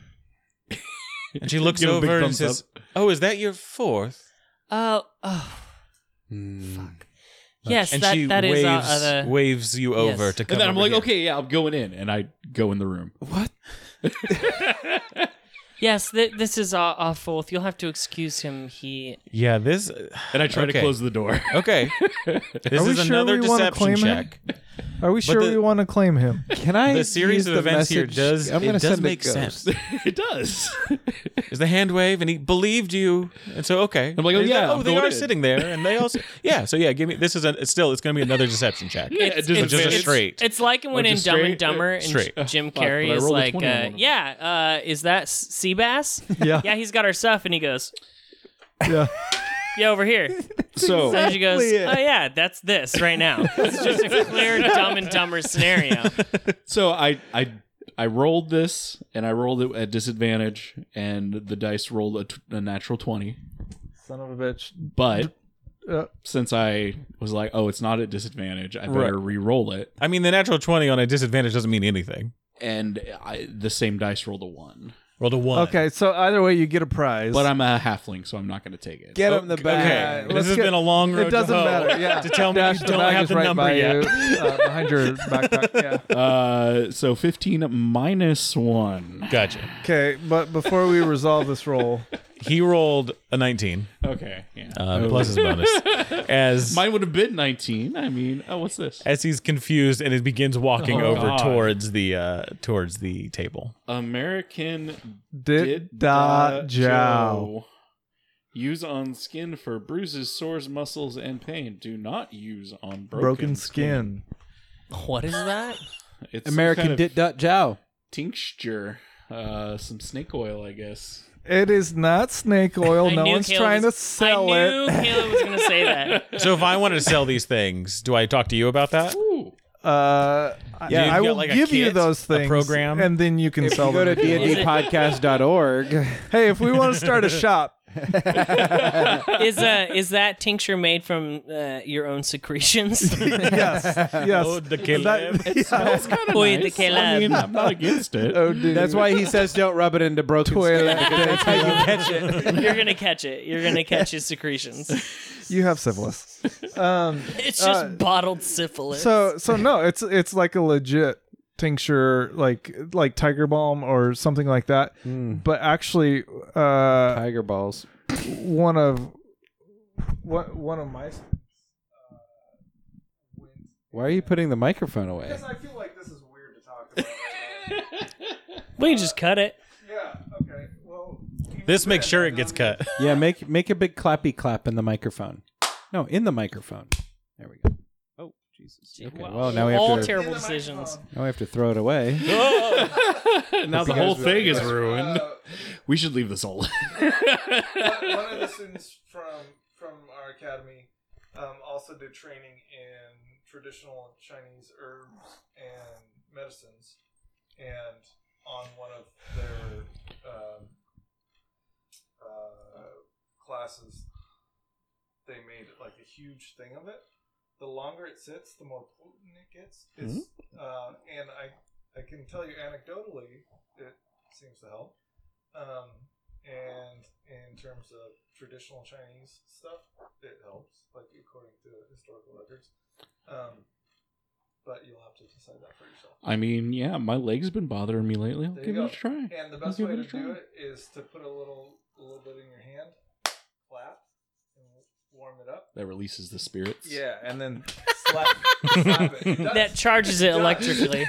Speaker 2: And she looks
Speaker 5: Give him a big
Speaker 2: over and
Speaker 5: thumbs
Speaker 2: says, "Oh, is that your fourth?
Speaker 4: Uh, Oh, oh, Fuck. Yes,
Speaker 2: Hmm. and
Speaker 4: that,
Speaker 2: she
Speaker 4: that
Speaker 2: waves,
Speaker 4: is uh, uh, the-
Speaker 2: waves you over
Speaker 4: Yes.
Speaker 2: to come.
Speaker 5: And then I'm
Speaker 2: over
Speaker 5: like,
Speaker 2: here.
Speaker 5: okay, yeah, I'm going in, and I go in the room.
Speaker 2: what?
Speaker 4: yes. Th- this is our, our fourth. You'll have to excuse him. He
Speaker 2: Yeah, this.
Speaker 5: And I try to
Speaker 2: Okay.
Speaker 5: close the door.
Speaker 2: Okay, this
Speaker 1: Are we
Speaker 2: is
Speaker 1: sure
Speaker 2: another
Speaker 1: we wanna
Speaker 2: deception
Speaker 1: claim her?
Speaker 2: check.
Speaker 1: Are we sure
Speaker 2: the-
Speaker 1: we want to claim him?
Speaker 3: Can I?
Speaker 2: The
Speaker 3: use
Speaker 2: series of
Speaker 3: the
Speaker 2: events here
Speaker 3: message-
Speaker 2: does-
Speaker 3: I'm
Speaker 2: it
Speaker 3: gonna
Speaker 2: does
Speaker 3: send a
Speaker 2: make
Speaker 3: ghost.
Speaker 2: sense.
Speaker 5: it does.
Speaker 2: Is the hand wave, and he believed you, and so okay.
Speaker 5: I'm like, oh,
Speaker 2: And he's
Speaker 5: yeah, I'm
Speaker 2: oh, they
Speaker 5: going
Speaker 2: are
Speaker 5: in.
Speaker 2: sitting there, and they also, yeah. So yeah, give me. This is a, it's still. It's going to be another deception check.
Speaker 5: It's- just
Speaker 2: just a straight.
Speaker 4: It's, like when
Speaker 5: Which
Speaker 4: in
Speaker 5: is
Speaker 4: Dumb
Speaker 5: straight,
Speaker 4: and Dumber, and
Speaker 2: straight.
Speaker 4: J- Jim
Speaker 5: Fuck,
Speaker 4: Carrey
Speaker 5: but I
Speaker 4: is
Speaker 5: rolled a
Speaker 4: like,
Speaker 5: 20 on one
Speaker 4: uh,
Speaker 5: of them.
Speaker 4: "Yeah, uh, is that S- Seabass?
Speaker 1: Yeah.
Speaker 4: yeah, he's got our stuff." And he goes,
Speaker 1: Yeah.
Speaker 4: "Yeah, over here."
Speaker 5: so
Speaker 4: And she goes,
Speaker 1: Exactly it.
Speaker 4: "Oh yeah, that's this right now." It's just a clear Dumb and Dumber scenario.
Speaker 5: so I I I rolled this, and I rolled it at disadvantage, and the dice rolled a, t- a natural twenty.
Speaker 1: Son of a bitch.
Speaker 5: But
Speaker 1: Uh,
Speaker 5: since I was like, oh, it's not at disadvantage, I better
Speaker 2: Right.
Speaker 5: re-roll it,
Speaker 2: I mean, the natural twenty on a disadvantage doesn't mean anything.
Speaker 5: and I, the same dice rolled a one.
Speaker 2: Rolled a one.
Speaker 1: okay, so either way, you get a prize. Uh,
Speaker 5: But I'm a halfling, so I'm not going to take it.
Speaker 3: Get him the bag.
Speaker 2: Okay,
Speaker 1: let's
Speaker 2: this has
Speaker 1: get-
Speaker 2: been a long road.
Speaker 1: it doesn't
Speaker 2: to hoe
Speaker 1: matter. Yeah.
Speaker 2: To tell me
Speaker 1: Dash,
Speaker 2: you
Speaker 1: the
Speaker 2: don't
Speaker 1: bag
Speaker 2: have
Speaker 1: is
Speaker 2: the
Speaker 1: right
Speaker 2: number
Speaker 1: by
Speaker 2: yet.
Speaker 1: you, uh, behind your backpack. Yeah.
Speaker 5: Uh, so 15 minus one.
Speaker 2: Gotcha.
Speaker 1: Okay, but before we resolve this roll,
Speaker 2: He rolled a nineteen
Speaker 5: Okay. Yeah.
Speaker 2: uh, plus his bonus as
Speaker 5: Mine would have been 19. I mean, oh, what's this?
Speaker 2: as he's confused and he begins walking
Speaker 5: Oh,
Speaker 2: over
Speaker 5: God.
Speaker 2: towards the uh, towards the table.
Speaker 5: American
Speaker 1: did da jow.
Speaker 5: Jow. Use on skin for bruises, sores, muscles, and pain. Do not use on broken,
Speaker 1: Broken skin.
Speaker 4: What is that?
Speaker 5: skin. It's some
Speaker 3: American
Speaker 5: kind of
Speaker 3: dit dot jow.
Speaker 5: tincture. Uh, some snake oil, I guess.
Speaker 1: It is not snake oil.
Speaker 4: I
Speaker 1: no
Speaker 4: knew
Speaker 1: one's
Speaker 4: Caleb
Speaker 1: trying to
Speaker 4: was-
Speaker 1: sell
Speaker 4: I
Speaker 1: it.
Speaker 4: knew Caleb was going to say that.
Speaker 2: So if I wanted to sell these things, do I talk to you about that?
Speaker 5: Ooh.
Speaker 1: Uh,
Speaker 2: Yeah,
Speaker 1: I
Speaker 2: you
Speaker 1: I
Speaker 2: get,
Speaker 1: will
Speaker 2: like, a
Speaker 1: give you
Speaker 2: kit,
Speaker 1: those
Speaker 2: a
Speaker 1: things,
Speaker 2: program.
Speaker 1: and then you can
Speaker 3: If you
Speaker 1: sell
Speaker 3: go to
Speaker 1: them. if you want.
Speaker 3: dndpodcast.org,
Speaker 1: hey, if we want to start a shop,
Speaker 4: Is uh, is that tincture made from uh, your own secretions?
Speaker 1: yes, yes.
Speaker 2: Oh, the
Speaker 1: That-
Speaker 2: Caleb.
Speaker 1: yeah.
Speaker 4: Boy, the
Speaker 5: I
Speaker 4: Caleb.
Speaker 5: mean, I'm not against it.
Speaker 1: Oh, dude.
Speaker 3: that's why he says don't rub it into broken
Speaker 1: Toilet.
Speaker 3: skin. because That's how you catch it.
Speaker 4: You're gonna catch it. You're gonna catch his secretions.
Speaker 1: you have syphilis. Um,
Speaker 4: It's just bottled syphilis.
Speaker 1: so so no, it's it's like a legit tincture, like like tiger balm or something like that. But actually, uh,
Speaker 3: Tiger balls.
Speaker 1: one of one one of my
Speaker 3: Why are you putting the microphone away?
Speaker 1: I feel like this is weird to talk about.
Speaker 4: we can just cut it.
Speaker 1: yeah. Okay. Well.
Speaker 2: This makes sure it gets cut.
Speaker 3: Yeah, make make a big clappy clap in the microphone. No, in the microphone. There we go. Oh, Jesus. Okay. Well, now we
Speaker 4: All
Speaker 3: have to
Speaker 4: terrible
Speaker 1: um,
Speaker 4: decisions.
Speaker 3: now we have to throw it away.
Speaker 5: now the
Speaker 3: you
Speaker 5: whole
Speaker 3: guys
Speaker 5: thing is ruined.
Speaker 1: uh,
Speaker 5: We should leave this all.
Speaker 1: one of the students from from our academy um, also did training in traditional Chinese herbs and medicines, and on one of their um, uh, classes, they made like a huge thing of it. The longer it sits, the more potent it gets. It's, uh, and I, I can tell you anecdotally, it seems to help. Um, and in terms of traditional Chinese stuff, it helps, like according to historical records. Um, but you'll have to decide that for yourself.
Speaker 5: I mean, yeah, my leg's been bothering me lately. I'll
Speaker 1: There you
Speaker 5: give it
Speaker 1: go.
Speaker 5: a try.
Speaker 1: And the best
Speaker 5: give
Speaker 1: way
Speaker 5: it a
Speaker 1: to do
Speaker 5: try.
Speaker 1: it is to put a little, a little bit in your hand, clap, and warm it up.
Speaker 5: That releases the spirits.
Speaker 1: and then slap, slap it. It does.
Speaker 4: That charges it electrically.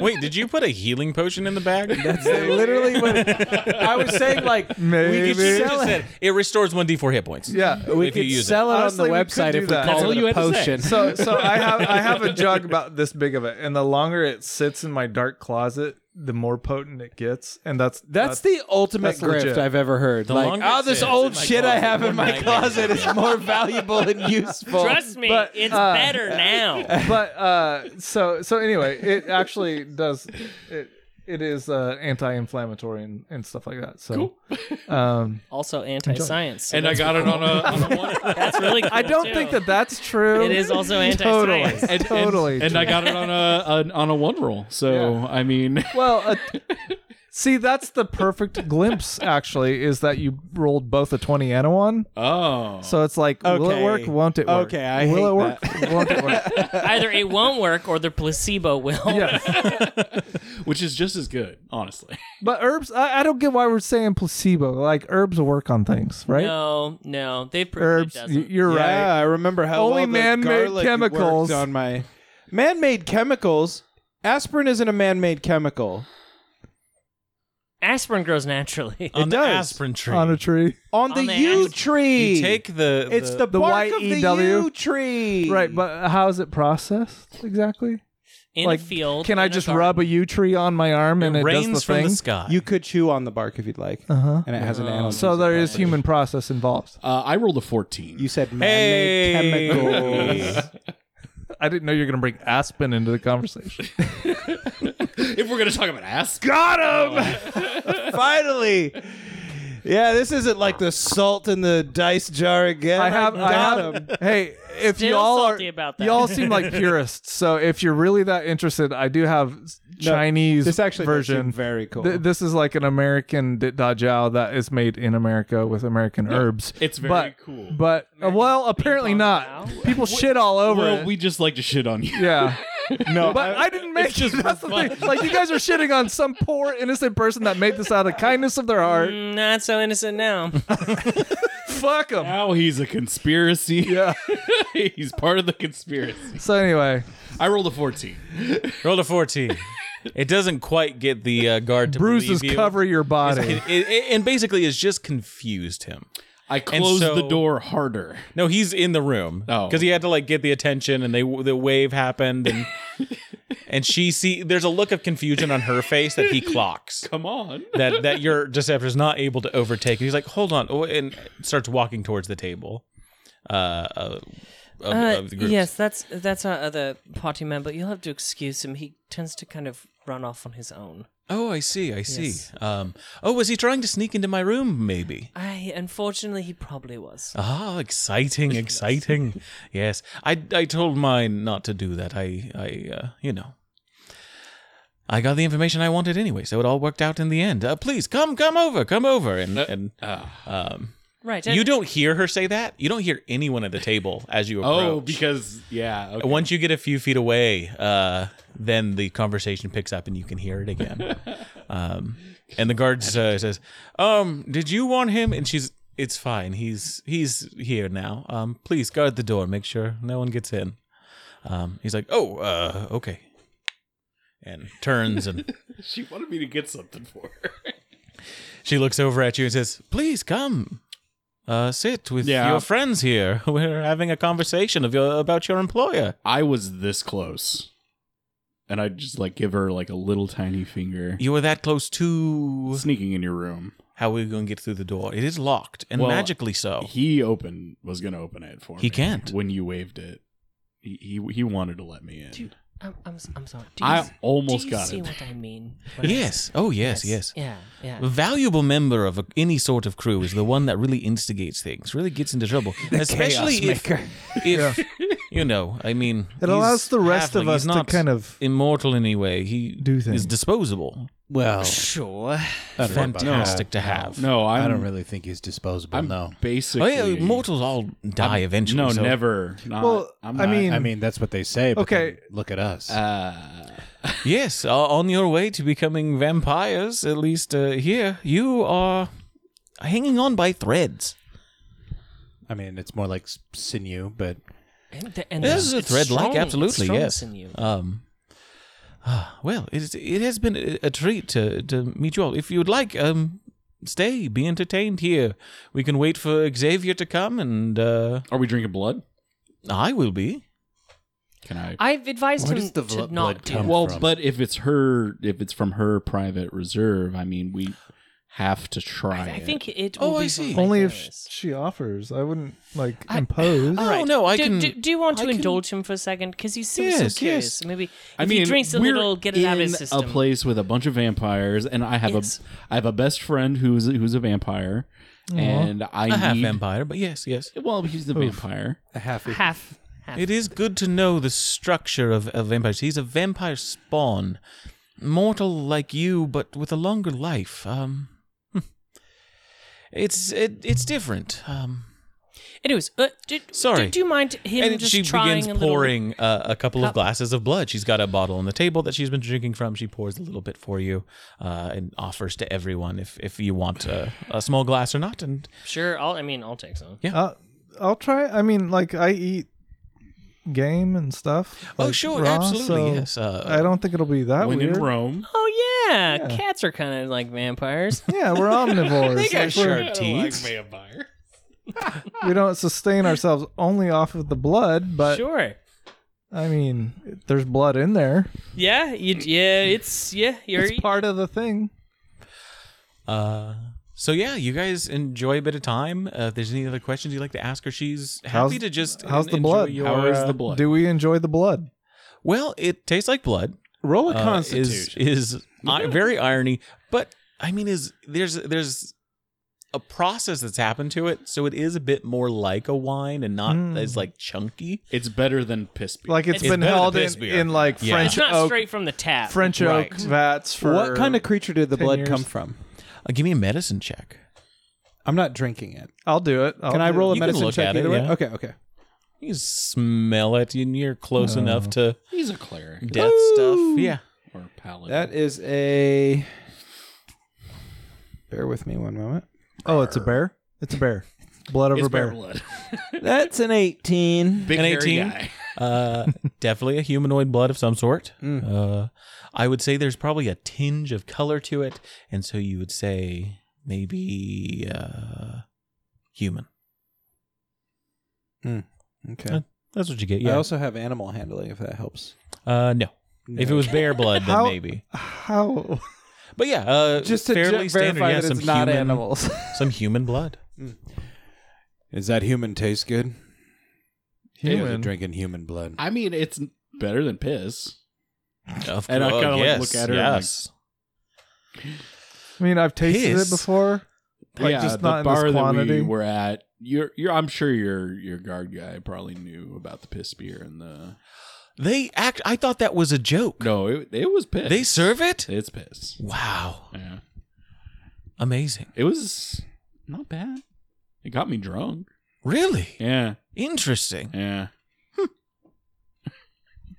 Speaker 2: Wait, did you put a healing potion in the bag?
Speaker 3: That's literally what I was saying. Like we
Speaker 1: Maybe.
Speaker 3: could
Speaker 2: You
Speaker 1: Maybe.
Speaker 3: sell
Speaker 2: just
Speaker 3: it.
Speaker 2: said it restores one d4 hit points.
Speaker 1: yeah.
Speaker 3: We
Speaker 2: if you
Speaker 3: could
Speaker 2: use it.
Speaker 3: sell it,
Speaker 1: Honestly,
Speaker 3: on
Speaker 1: we
Speaker 3: the
Speaker 1: could
Speaker 3: website
Speaker 1: do
Speaker 3: if we
Speaker 1: that.
Speaker 5: That's
Speaker 3: call
Speaker 5: all
Speaker 3: it
Speaker 5: you
Speaker 3: a
Speaker 5: had to say.
Speaker 3: potion.
Speaker 1: So so I have I have a jug about this big of it, and the longer it sits in my dark closet, the more potent it gets, and that's
Speaker 3: That's the ultimate
Speaker 1: that's
Speaker 3: grift
Speaker 1: legit.
Speaker 3: I've ever heard. like,
Speaker 2: longer
Speaker 3: oh,
Speaker 2: it
Speaker 3: this
Speaker 2: sits
Speaker 3: old
Speaker 2: in my
Speaker 3: shit I
Speaker 2: closet,
Speaker 3: have
Speaker 2: the
Speaker 3: in my
Speaker 2: more
Speaker 3: closet is more valuable and useful.
Speaker 4: Trust me,
Speaker 1: But,
Speaker 4: it's
Speaker 1: uh,
Speaker 4: better now.
Speaker 1: but uh so so anyway it actually does it it is uh anti-inflammatory and, and stuff like that so um
Speaker 4: Also anti-science. so
Speaker 5: And I
Speaker 4: that's-
Speaker 5: got it on a, on a one.
Speaker 4: that's really. Cool
Speaker 1: i don't
Speaker 4: too.
Speaker 1: think that that's true
Speaker 4: It is also
Speaker 1: totally
Speaker 4: anti-science.
Speaker 5: And,
Speaker 1: totally
Speaker 5: And, and I got it on a, on- on a one roll. So
Speaker 1: Yeah.
Speaker 5: I mean,
Speaker 1: well uh, See, that's the perfect glimpse. Actually, is that you rolled both a twenty and a one,
Speaker 5: Oh.
Speaker 1: so it's like, will it work?
Speaker 3: Okay.
Speaker 1: Won't it work?
Speaker 3: Okay, I
Speaker 1: will
Speaker 3: hate
Speaker 1: it work? Won't it work?
Speaker 4: Either it won't work or the placebo will.
Speaker 1: yeah,
Speaker 5: Which is just as good, honestly.
Speaker 1: but herbs. I, I don't get why we're saying placebo. Like herbs work on things, right?
Speaker 4: No, no, they've proven
Speaker 1: herbs.
Speaker 4: it
Speaker 1: y-
Speaker 4: doesn't.
Speaker 1: You're
Speaker 3: Yeah,
Speaker 1: right.
Speaker 3: I remember how
Speaker 1: Only
Speaker 3: well the
Speaker 1: man-made
Speaker 3: garlic worked
Speaker 1: chemicals.
Speaker 3: on my man-made chemicals. Aspirin isn't a man-made chemical.
Speaker 4: Aspirin grows naturally.
Speaker 1: Um,
Speaker 2: on the
Speaker 3: does.
Speaker 2: aspirin tree.
Speaker 1: On a tree,
Speaker 3: On,
Speaker 4: On
Speaker 3: the
Speaker 4: the
Speaker 3: yew
Speaker 4: asp-
Speaker 3: tree.
Speaker 2: you take the,
Speaker 3: it's the, E
Speaker 1: the
Speaker 3: bark of the
Speaker 1: YEW.
Speaker 3: yew tree.
Speaker 1: right? But how is it processed exactly?
Speaker 4: In
Speaker 1: like,
Speaker 4: a field.
Speaker 1: Can
Speaker 4: in
Speaker 1: I
Speaker 4: a
Speaker 1: just
Speaker 4: garden.
Speaker 1: rub a yew tree on my arm and it,
Speaker 2: rains
Speaker 1: does the
Speaker 2: from
Speaker 1: thing?
Speaker 2: the sky.
Speaker 3: you could chew on the bark if you'd like,
Speaker 1: Uh huh.
Speaker 3: and it has an
Speaker 4: No.
Speaker 3: animal.
Speaker 1: So there is human process involved.
Speaker 5: Uh, I rolled a 14.
Speaker 3: You said man-made
Speaker 2: Hey.
Speaker 3: chemicals.
Speaker 1: I didn't know you were gonna bring aspen into the conversation.
Speaker 5: if we're going to talk about ask.
Speaker 3: Got him! Finally. Yeah, this isn't like the salt in the dice jar again.
Speaker 1: I have, I
Speaker 3: got
Speaker 1: have.
Speaker 3: him.
Speaker 1: Hey, if
Speaker 4: Still
Speaker 1: you all are,
Speaker 4: salty about that.
Speaker 1: you all seem like purists. So if you're really that interested, I do have s- Chinese
Speaker 3: This actually does seem
Speaker 1: version.
Speaker 3: very cool.
Speaker 1: Th- this is like an American d- dajiao that is made in America with American herbs.
Speaker 5: It's very
Speaker 1: but,
Speaker 5: cool.
Speaker 1: But uh, well, apparently not.
Speaker 4: dajiao?
Speaker 1: People shit all over
Speaker 5: well,
Speaker 1: it.
Speaker 5: we just like to shit on you.
Speaker 1: yeah.
Speaker 3: no,
Speaker 1: But I, didn't make
Speaker 5: just
Speaker 1: it.
Speaker 5: for
Speaker 1: That's the
Speaker 5: fun.
Speaker 1: thing. Like you guys are shitting on some poor innocent person that made this out of the kindness of their heart.
Speaker 4: Mm, Not so innocent now.
Speaker 1: Fuck them.
Speaker 5: Now he's a conspiracy.
Speaker 1: Yeah.
Speaker 5: he's part of the conspiracy.
Speaker 1: So anyway,
Speaker 5: I rolled a 14.
Speaker 2: Roll a 14. it doesn't quite get the uh, guard to
Speaker 1: bruises
Speaker 2: believe you.
Speaker 1: cover your body.
Speaker 2: It, it, it- and basically, it's just confused him.
Speaker 5: I closed
Speaker 2: so-
Speaker 5: the door harder.
Speaker 2: No, he's in the room
Speaker 5: Oh.
Speaker 2: because he had to like get the attention, and they the wave happened, and and she see there's a look of confusion on her face that he clocks.
Speaker 5: Come on.
Speaker 2: that that your deceptor's not able to overtake. And he's like, hold on, oh, and starts walking towards the table. Uh, uh, of,
Speaker 4: Uh,
Speaker 2: of the groups.
Speaker 4: yes, that's that's our other party member. You'll have to excuse him. He tends to kind of run off on his own.
Speaker 2: Oh, I see. I see.
Speaker 4: Yes.
Speaker 2: Um. Oh, was he trying to sneak into my room? Maybe.
Speaker 4: I unfortunately he probably was.
Speaker 2: Ah, exciting, exciting. yes, I I told mine not to do that. I I uh, you know. I got the information I wanted anyway, so it all worked out in the end. Uh, please come, come over, come over, and and
Speaker 5: uh,
Speaker 2: um,
Speaker 4: Right.
Speaker 2: you don't hear her say that. You don't hear anyone at the table as you approach.
Speaker 5: Oh, because, yeah. okay.
Speaker 2: Once you get a few feet away, uh, then the conversation picks up and you can hear it again. um, and the guard uh, says, um, "Did you want him?" And she's, "It's fine. He's he's here now. Um, please guard the door. Make sure no one gets in." Um, he's like, "Oh, uh, okay," and turns and
Speaker 5: She wanted me to get something for her.
Speaker 2: she looks over at you and says, "Please come." Uh, sit with
Speaker 5: Yeah.
Speaker 2: your friends here. We're having a conversation of your, about your employer.
Speaker 5: I was this close. And I just like give her like a little tiny finger.
Speaker 2: You were that close to
Speaker 5: sneaking in your room.
Speaker 2: How are we going to get through the door? It is locked, and
Speaker 5: Well,
Speaker 2: magically so.
Speaker 5: He opened was gonna open it for me.
Speaker 2: He can't.
Speaker 5: When you waved it, he he, he wanted to let me in.
Speaker 4: Dude, I'm, I'm, s- I'm sorry. Do you,
Speaker 5: I
Speaker 4: s-
Speaker 5: almost
Speaker 4: do you
Speaker 5: got
Speaker 4: see
Speaker 5: it.
Speaker 4: what I mean? when I-
Speaker 2: yes. Oh, yes, yes.
Speaker 4: Yeah,
Speaker 2: A
Speaker 4: yeah.
Speaker 2: valuable member of a, any sort of crew is the one that really instigates things, really gets into trouble, especially if, if you know. I mean,
Speaker 1: It allows the rest of us to kind of
Speaker 2: immortal in any way. He
Speaker 1: do things.
Speaker 2: is disposable.
Speaker 6: Well,
Speaker 4: Sure.
Speaker 2: Fantastic to have.
Speaker 5: No, I'm,
Speaker 6: I don't really think he's disposable.
Speaker 5: I'm
Speaker 6: no,
Speaker 2: Oh,
Speaker 5: basically.
Speaker 2: yeah, mortals all die
Speaker 5: I'm-
Speaker 2: eventually.
Speaker 5: No,
Speaker 2: so-
Speaker 5: never. Not,
Speaker 1: Well,
Speaker 5: I'm
Speaker 1: I
Speaker 5: not-
Speaker 1: mean-
Speaker 6: I mean that's what they say. But
Speaker 1: Okay.
Speaker 6: then look at us.
Speaker 5: uh,
Speaker 2: Yes, uh, on your way to becoming vampires, at least uh, here, you are hanging on by threads.
Speaker 6: I mean it's more like s- sinew, but
Speaker 4: And, th- and
Speaker 2: This is a
Speaker 4: it's
Speaker 2: thread like
Speaker 4: strong- it's
Speaker 2: absolutely
Speaker 4: strong
Speaker 2: yes.
Speaker 4: sinew.
Speaker 2: Um, ah, well, it, is, it has been a, a treat to to meet you all. If you would like, um, stay, be entertained here. We can wait for Xavier to come, and uh,
Speaker 5: are we drinking blood?
Speaker 2: I will be.
Speaker 5: Can I?
Speaker 4: I've advised
Speaker 6: Where
Speaker 4: him
Speaker 6: does the
Speaker 4: to
Speaker 6: blood
Speaker 4: not do
Speaker 6: come
Speaker 4: that.
Speaker 5: well,
Speaker 6: from-
Speaker 5: but if it's her, if it's from her private reserve, I mean, we have to try.
Speaker 4: I
Speaker 5: it.
Speaker 4: think it
Speaker 2: Oh,
Speaker 4: will
Speaker 2: I
Speaker 4: be
Speaker 2: see.
Speaker 1: Only if sh-
Speaker 4: vicarous.
Speaker 1: she offers. I wouldn't like impose.
Speaker 2: Oh no, I
Speaker 4: do,
Speaker 2: can.
Speaker 4: Do, do you want
Speaker 2: I
Speaker 4: to
Speaker 2: can-
Speaker 4: indulge him for a second? Because he's still
Speaker 2: Yes,
Speaker 4: so
Speaker 2: yes.
Speaker 4: curious. So Maybe if
Speaker 5: I mean,
Speaker 4: he drinks a
Speaker 5: we're
Speaker 4: little, get it out of
Speaker 5: in
Speaker 4: his system.
Speaker 5: a place with a bunch of vampires, and I have
Speaker 4: It's-
Speaker 5: a I have a best friend who's who's a vampire, and I
Speaker 2: a half
Speaker 5: need
Speaker 2: vampire, but yes, yes.
Speaker 5: well, he's the vampire.
Speaker 3: a half.
Speaker 4: half. half.
Speaker 2: It is good to know the structure of, of vampires. He's a vampire spawn. mortal like you, but with a longer life. Um, hmm. it's it, it's different. Um,
Speaker 4: Anyways, uh, do,
Speaker 2: Sorry.
Speaker 4: Do, do you mind him
Speaker 2: and
Speaker 4: just
Speaker 2: she
Speaker 4: trying
Speaker 2: begins
Speaker 4: a little-
Speaker 2: pouring uh, a couple
Speaker 4: cup?
Speaker 2: of glasses of blood. She's got a bottle on the table that she's been drinking from. She pours a little bit for you uh, and offers to everyone if if you want a, a small glass or not. And
Speaker 4: Sure, I'll. I mean, I'll take some.
Speaker 1: Uh, I'll try. I mean, like I eat game and stuff.
Speaker 2: oh,
Speaker 1: like,
Speaker 2: sure,
Speaker 1: raw,
Speaker 2: absolutely,
Speaker 1: so
Speaker 2: yes. Uh,
Speaker 1: I don't think it'll be that
Speaker 5: when
Speaker 1: weird.
Speaker 5: in Rome,
Speaker 4: Oh yeah, cats are kind of like vampires.
Speaker 1: Yeah, we're omnivores. Like, we're-
Speaker 2: sharp teeth.
Speaker 1: we don't sustain ourselves only off of the blood, but
Speaker 4: sure.
Speaker 1: I mean, there's blood in there.
Speaker 4: Yeah, you, yeah, it's yeah, you're e-,
Speaker 1: It's part of the thing.
Speaker 2: Uh, so yeah, you guys enjoy a bit of time. Uh, if there's any other questions you'd like to ask her, she's happy
Speaker 1: How's-
Speaker 2: to just
Speaker 1: How's
Speaker 2: en-
Speaker 1: the
Speaker 2: enjoy
Speaker 1: blood?
Speaker 2: Your, uh,
Speaker 1: Do we enjoy the blood?
Speaker 2: Well, it tastes like blood.
Speaker 3: Roll a
Speaker 2: uh, is
Speaker 3: constitution.
Speaker 2: is i- very irony, but I mean, is there's there's a process that's happened to it, so it is a bit more like a wine and not
Speaker 1: Mm.
Speaker 2: as like chunky.
Speaker 5: it's better than piss beer.
Speaker 1: Like
Speaker 4: It's
Speaker 1: it's been
Speaker 6: better
Speaker 1: held
Speaker 6: than
Speaker 1: in,
Speaker 6: piss beer.
Speaker 1: in like
Speaker 2: Yeah.
Speaker 1: French
Speaker 4: it's not
Speaker 1: oak
Speaker 4: straight from the tap.
Speaker 1: French
Speaker 6: Right.
Speaker 1: oak vats for
Speaker 3: what kind of creature did the
Speaker 1: 10
Speaker 3: blood
Speaker 1: years.
Speaker 3: come from?
Speaker 2: Uh, give me a medicine check.
Speaker 3: I'm not drinking it.
Speaker 1: I'll do it. I'll
Speaker 3: Can I
Speaker 1: do
Speaker 3: roll a
Speaker 2: You can
Speaker 3: medicine
Speaker 2: look
Speaker 3: check
Speaker 2: at
Speaker 3: either
Speaker 2: it,
Speaker 3: way?
Speaker 2: yeah.
Speaker 3: Okay, okay.
Speaker 2: You smell it, and you're close enough to
Speaker 5: He's a cleric
Speaker 2: Oh. death stuff. Yeah,
Speaker 5: or a paladin.
Speaker 3: That is a. Bear with me one moment.
Speaker 1: Oh, it's a bear. It's a bear. Blood of
Speaker 5: It's
Speaker 1: a bear.
Speaker 5: bear blood.
Speaker 3: That's an 18.
Speaker 5: Big
Speaker 2: An
Speaker 5: hairy
Speaker 2: 18?
Speaker 5: guy.
Speaker 2: uh, definitely a humanoid blood of some sort. Uh, I would say there's probably a tinge of color to it, and so you would say maybe uh, human.
Speaker 3: Okay.
Speaker 2: That's what you get.
Speaker 3: Uh, I
Speaker 2: Yeah.
Speaker 3: also have animal handling if that helps.
Speaker 2: Uh, no. If it was bear blood, then
Speaker 1: How-
Speaker 2: maybe.
Speaker 1: How?
Speaker 2: But yeah, uh,
Speaker 3: Just to
Speaker 2: fairly
Speaker 3: ju-
Speaker 2: standard.
Speaker 3: verify
Speaker 2: yeah,
Speaker 3: that
Speaker 2: some
Speaker 3: it's not
Speaker 2: human,
Speaker 3: animals.
Speaker 2: some human blood.
Speaker 3: Is that human taste good? You guys are
Speaker 1: Human.
Speaker 3: drinking human blood.
Speaker 5: I mean, it's better than piss.
Speaker 2: Of
Speaker 5: And I
Speaker 2: course,
Speaker 5: kinda, like,
Speaker 2: yes,
Speaker 5: look at her and, like,
Speaker 2: Yes.
Speaker 1: I mean, I've tasted
Speaker 2: Piss.
Speaker 1: it before. Like,
Speaker 5: yeah,
Speaker 1: just
Speaker 5: the
Speaker 1: not in this
Speaker 5: bar that we
Speaker 1: quantity.
Speaker 5: were at. You're, you're. I'm sure your your guard guy probably knew about the piss beer and the.
Speaker 2: they act. I thought that was a joke.
Speaker 5: No, it, it was piss.
Speaker 2: They serve it.
Speaker 5: It's piss.
Speaker 2: Wow,
Speaker 5: Yeah,
Speaker 2: amazing.
Speaker 5: it was not bad. It got me drunk.
Speaker 2: Really
Speaker 5: Yeah,
Speaker 2: interesting.
Speaker 5: yeah.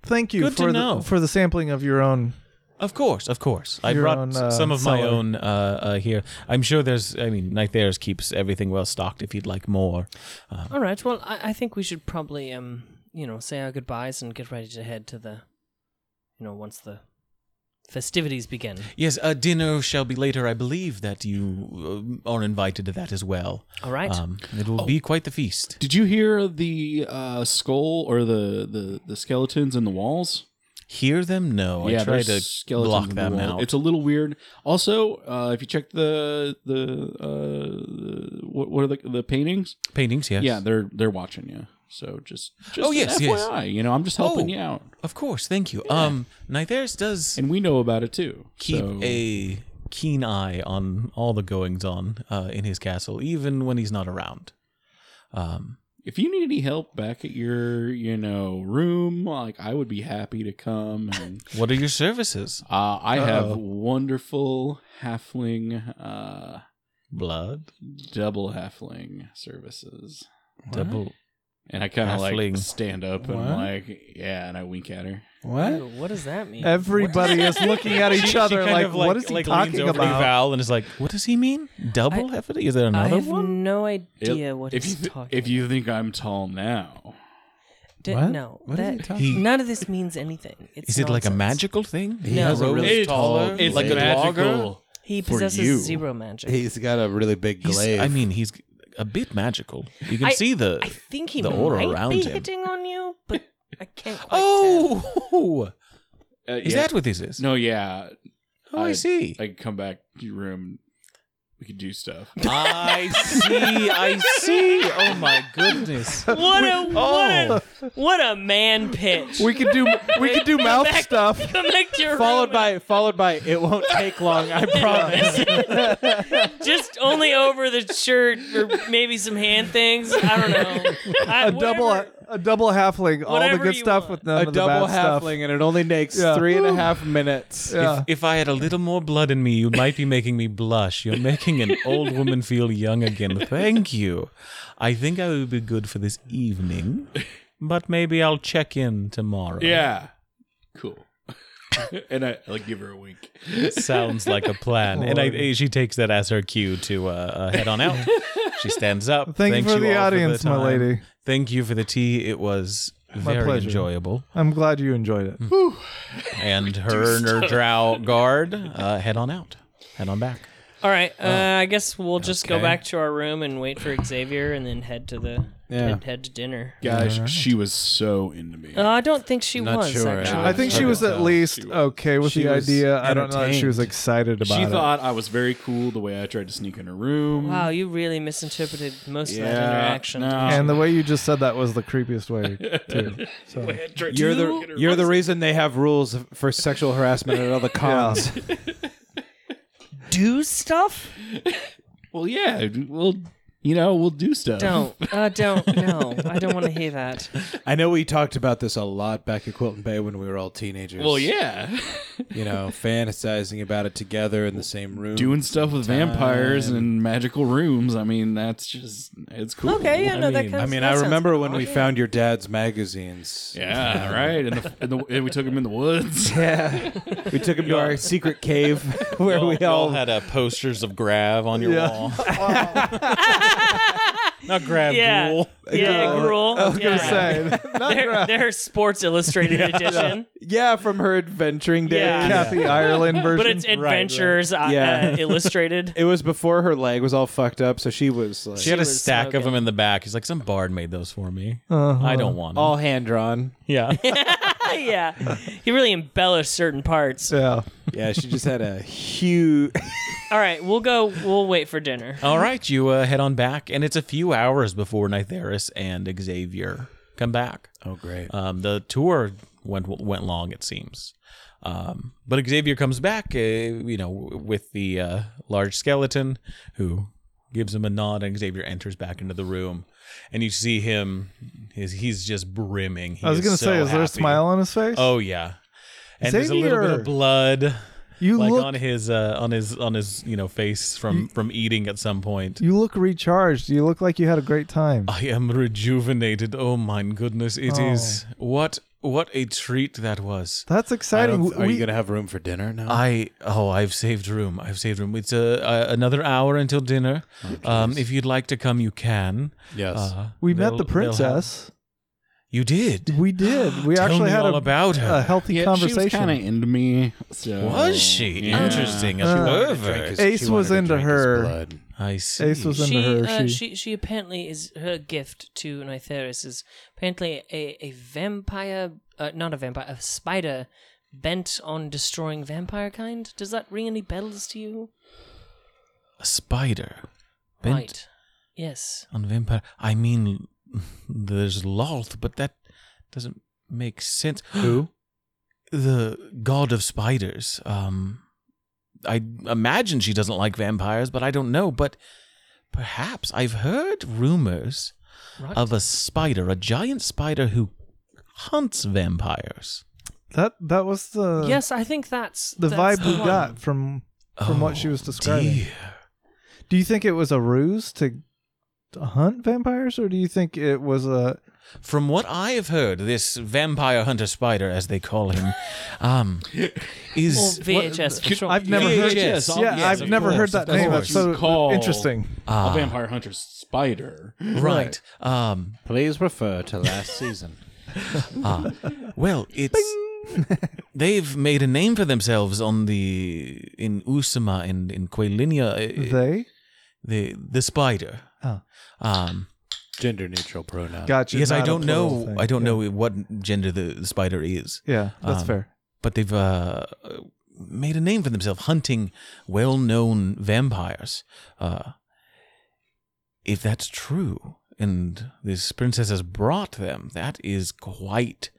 Speaker 1: Thank you
Speaker 2: Good to
Speaker 1: for
Speaker 2: know.
Speaker 1: the for the sampling of your own.
Speaker 2: Of course, of course. I
Speaker 1: Your
Speaker 2: brought
Speaker 1: own,
Speaker 2: s-
Speaker 1: uh,
Speaker 2: some of my
Speaker 1: cellar.
Speaker 2: own uh, uh, here. I'm sure there's. I mean, Night Theirs keeps everything well stocked. If you'd like more, Um,
Speaker 4: All right. Well, I, I think we should probably um, you know, say our goodbyes and get ready to head to the, you know, once the festivities begin.
Speaker 2: yes. Uh, dinner shall be later. I believe that you uh, are invited to that as well.
Speaker 4: All right. Oh.
Speaker 2: Um, it will be quite the feast.
Speaker 5: Did you hear the uh, skull or the, the the skeletons in the walls?
Speaker 2: Hear them? No. Oh, I try
Speaker 5: there's
Speaker 2: to
Speaker 5: skeletons
Speaker 2: block
Speaker 5: in the
Speaker 2: them
Speaker 5: wall.
Speaker 2: out.
Speaker 5: It's a little weird. Also, uh, if you check the the uh, the- what, what are the the paintings?
Speaker 2: Paintings, yes.
Speaker 5: Yeah, they're they're watching you. So just, just
Speaker 2: Oh, yes, yes.
Speaker 5: FYI, you know, I'm just helping
Speaker 2: Oh.
Speaker 5: you out,
Speaker 2: Of course, thank you. Um, Nytheris does
Speaker 5: and we know about it too.
Speaker 2: keep
Speaker 5: So-
Speaker 2: a keen eye on all the goings on uh, in his castle, even when he's not around. Um,
Speaker 5: if you need any help back at your you know room, like I would be happy to come. And
Speaker 2: what are your services?
Speaker 5: uh, I have
Speaker 1: Uh-oh.
Speaker 5: wonderful halfling. Uh,
Speaker 2: Blood,
Speaker 5: double halfling services.
Speaker 2: double.
Speaker 5: And I kind of like
Speaker 2: Halfling.
Speaker 5: stand up and
Speaker 3: What?
Speaker 5: like, yeah, and I wink at her.
Speaker 3: What?
Speaker 4: Ew, what does that mean?
Speaker 1: Everybody is looking at each other like, what is he talking about?
Speaker 2: Val and is like, what does he mean? Double heavy? Is there
Speaker 4: I
Speaker 2: another
Speaker 4: have
Speaker 2: one?
Speaker 4: no idea
Speaker 5: It-
Speaker 4: what
Speaker 5: if
Speaker 4: he's
Speaker 5: you thi-
Speaker 4: talking.
Speaker 5: if you think I'm tall now,
Speaker 4: Di-
Speaker 3: What?
Speaker 4: no,
Speaker 3: What is he
Speaker 4: that-
Speaker 3: talking
Speaker 2: He-
Speaker 4: none of this means anything. It's
Speaker 2: Is it like a
Speaker 4: nonsense.
Speaker 2: magical thing? He
Speaker 4: has a
Speaker 2: grows
Speaker 4: really
Speaker 2: taller,
Speaker 5: it's
Speaker 2: like a logger.
Speaker 5: magical.
Speaker 4: He
Speaker 5: for
Speaker 4: possesses
Speaker 5: you.
Speaker 4: zero magic.
Speaker 3: He's got a really big
Speaker 2: He's,
Speaker 3: glaive.
Speaker 2: I mean, he's a bit magical. You can
Speaker 4: I-
Speaker 2: see the
Speaker 4: I think he
Speaker 2: the
Speaker 4: might
Speaker 2: aura around
Speaker 4: be
Speaker 2: him.
Speaker 4: hitting on you, but I can't quite tell.
Speaker 2: Oh,
Speaker 5: Uh,
Speaker 2: is
Speaker 5: yeah.
Speaker 2: that what this is?
Speaker 5: No, yeah,
Speaker 2: oh, I,
Speaker 5: I-
Speaker 2: see.
Speaker 5: I can come back to your room. We could do stuff.
Speaker 2: I see. I see. Oh my goodness.
Speaker 4: What a
Speaker 2: oh.
Speaker 1: Oh,
Speaker 4: what a what a man pitch.
Speaker 1: We could do we could do mouth
Speaker 4: Back-
Speaker 1: stuff.
Speaker 4: Come back to your
Speaker 3: followed
Speaker 4: room
Speaker 3: by followed by it won't take long. I promise.
Speaker 4: and- just only over the shirt or maybe some hand things. I don't know. I,
Speaker 1: A double
Speaker 4: whatever.
Speaker 1: A double halfling, all the
Speaker 4: Whatever
Speaker 1: good
Speaker 4: you
Speaker 1: stuff
Speaker 4: want.
Speaker 1: with none
Speaker 3: a
Speaker 1: of the
Speaker 3: double
Speaker 1: bad
Speaker 3: halfling,
Speaker 1: stuff.
Speaker 3: and it only takes
Speaker 1: Yeah.
Speaker 3: three and a half minutes.
Speaker 1: Yeah.
Speaker 2: If I had a little more blood in me, you might be making me blush. You're making an old woman feel young again. Thank you. I think I will be good for this evening, but maybe I'll check in tomorrow.
Speaker 5: Yeah. Cool. and I like give her a wink.
Speaker 2: Sounds like a plan. and I, she takes that as her cue to uh, uh, head on out. she stands up.
Speaker 1: Thank you
Speaker 2: Thanks
Speaker 1: for the
Speaker 2: all
Speaker 1: audience, my
Speaker 2: time.
Speaker 1: lady.
Speaker 2: Thank you for the tea. It was very
Speaker 1: pleasure.
Speaker 2: enjoyable.
Speaker 1: I'm glad you enjoyed it.
Speaker 2: And her and her drow guard uh, head on out. Head on back.
Speaker 4: All right. Uh, I guess we'll just go
Speaker 2: Oh. Okay.
Speaker 4: back to our room and wait for Xavier, and then head to the
Speaker 3: Yeah.
Speaker 4: head, head to dinner.
Speaker 5: Guys, she was so into me.
Speaker 4: Uh, I don't think she
Speaker 2: Not
Speaker 4: was
Speaker 2: sure,
Speaker 4: actually.
Speaker 1: I think she was at least okay with
Speaker 3: She
Speaker 1: the
Speaker 3: was
Speaker 1: idea. I don't know if she was
Speaker 3: entertained.
Speaker 1: excited about
Speaker 5: she
Speaker 1: it.
Speaker 5: thought I was very cool the way I tried to sneak in her room.
Speaker 4: Wow, you really misinterpreted most of that
Speaker 5: Yeah,
Speaker 4: interaction.
Speaker 5: no.
Speaker 1: and the way you just said that was the creepiest way, too. So.
Speaker 3: You're the you're the reason they have rules for sexual harassment at all the cons.
Speaker 4: Do stuff?
Speaker 5: Well, yeah, we'll you know we'll do stuff.
Speaker 4: Don't. Uh, don't. No, I don't want to hear that.
Speaker 3: I know we talked about this a lot back at Quilton Bay when we were all teenagers.
Speaker 5: Well, yeah,
Speaker 3: you know, fantasizing about it together in the same room.
Speaker 5: doing stuff with vampires and magical rooms. I mean, that's just it's cool.
Speaker 4: Okay, yeah, no, that kind
Speaker 3: I mean, I remember when we found your dad's magazines.
Speaker 5: Yeah, right. And, the, and, the, and we took him in the woods.
Speaker 3: Yeah. we took him to our secret cave where we all
Speaker 2: had uh, posters of Grav on your wall. Not Grav,
Speaker 4: Yeah.
Speaker 2: Ghoul.
Speaker 4: Yeah,
Speaker 1: Girl.
Speaker 4: gruel.
Speaker 1: I was
Speaker 4: yeah.
Speaker 1: gonna say, not
Speaker 4: Their, their Sports Illustrated edition,
Speaker 3: Yeah, from her adventuring days.
Speaker 4: Yeah.
Speaker 1: Kathy Ireland version.
Speaker 4: but it's Adventures uh,
Speaker 3: Yeah.
Speaker 4: uh, Illustrated.
Speaker 3: It was before her leg was all fucked up, so she was like
Speaker 2: She had a
Speaker 4: was
Speaker 2: stack of
Speaker 4: smoking.
Speaker 2: them in the back. He's like, some bard made those for me. I don't want them.
Speaker 3: all hand drawn.
Speaker 2: yeah.
Speaker 4: yeah, he really embellished certain parts.
Speaker 1: Yeah.
Speaker 3: Yeah, she just had a huge.
Speaker 4: All right, we'll go. We'll wait for dinner.
Speaker 2: All right, you uh, head on back, and it's a few hours before Nytheris and Xavier come back.
Speaker 3: Oh, great.
Speaker 2: Um, the tour went went long, it seems. Um, but Xavier comes back, uh, you know, with the uh, large skeleton who gives him a nod, and Xavier enters back into the room, and you see him. He's, he's just brimming. He
Speaker 1: I was
Speaker 2: is
Speaker 1: gonna
Speaker 2: so
Speaker 1: say, is there a
Speaker 2: happy.
Speaker 1: smile on his face?
Speaker 2: Oh yeah, and there's a little bit
Speaker 1: Xavier.
Speaker 2: of blood,
Speaker 1: you
Speaker 2: like
Speaker 1: look,
Speaker 2: on his uh, on his on his you know face from from eating at some point.
Speaker 1: you look recharged. You look like you had a great time.
Speaker 2: I am rejuvenated. Oh my goodness, it is
Speaker 1: Oh.
Speaker 2: what what a treat that was.
Speaker 1: That's exciting.
Speaker 3: Are
Speaker 1: We-
Speaker 3: you gonna have room for dinner now?
Speaker 2: I oh I've saved room. I've saved room. It's uh, uh, another hour until dinner. um, if you'd like to come, you can.
Speaker 3: yes.
Speaker 2: Uh,
Speaker 1: we
Speaker 2: they'll-
Speaker 1: met the
Speaker 2: they'll have-
Speaker 1: princess.
Speaker 2: You did.
Speaker 1: We did. We
Speaker 2: Tell
Speaker 1: actually
Speaker 2: me
Speaker 1: had
Speaker 2: all
Speaker 1: a,
Speaker 2: about
Speaker 1: a
Speaker 2: her.
Speaker 1: healthy
Speaker 5: Yeah, she was
Speaker 1: conversation.
Speaker 5: kind of into me. So
Speaker 2: was she
Speaker 5: Oh. Yeah.
Speaker 2: interesting? A
Speaker 1: Uh,
Speaker 2: pervert.
Speaker 1: his- Ace was into her.
Speaker 2: I see.
Speaker 1: Ace was into
Speaker 4: She,
Speaker 1: her.
Speaker 4: uh,
Speaker 1: she,
Speaker 4: she she apparently is her gift to Nytheris is apparently a a vampire, uh, not a vampire, a spider bent on destroying vampire kind. Does that ring any bells to you?
Speaker 2: a spider bent
Speaker 4: Right. Yes.
Speaker 2: on vampire. I mean, there's Loth, but that doesn't make sense.
Speaker 3: Who?
Speaker 2: the god of spiders. Um, I imagine she doesn't like vampires, but I don't know. But perhaps I've heard rumors
Speaker 4: Right.
Speaker 2: of a spider, a giant spider who hunts vampires.
Speaker 1: that that was the
Speaker 4: yes, I think that's
Speaker 1: Uh, the
Speaker 4: that's
Speaker 1: vibe we
Speaker 4: one.
Speaker 1: got from from what she was describing.
Speaker 2: Oh, dear.
Speaker 1: Do you think it was a ruse to to hunt vampires, or do you think it was a?
Speaker 2: From what I have heard, this vampire hunter spider, as they call him, um, is
Speaker 4: Well, VHS for
Speaker 5: Oh,
Speaker 4: sure.
Speaker 1: I've never heard.
Speaker 2: VHS,
Speaker 1: yeah,
Speaker 2: obvious,
Speaker 1: I've
Speaker 2: of
Speaker 1: never
Speaker 2: course,
Speaker 1: heard that
Speaker 2: of
Speaker 1: name.
Speaker 2: course. Ah.
Speaker 1: That's so
Speaker 5: You call-
Speaker 1: interesting.
Speaker 5: a vampire hunter spider.
Speaker 2: uh, right. Um,
Speaker 3: Please refer to last season.
Speaker 2: Ah. Well, it's they've made a name for themselves on the in Usama and in Quelinia. uh,
Speaker 1: They
Speaker 2: The the spider.
Speaker 1: Oh.
Speaker 2: Um,
Speaker 3: Gender neutral pronoun.
Speaker 1: got you.
Speaker 2: yes, I
Speaker 1: not a
Speaker 2: don't know.
Speaker 1: plural thing.
Speaker 2: I don't
Speaker 1: yeah.
Speaker 2: know what gender the, the spider is,
Speaker 1: Yeah, that's
Speaker 2: Um,
Speaker 1: fair.
Speaker 2: but they've uh, made a name for themselves hunting well-known vampires. Uh, if that's true, and this princess has brought them, that is quite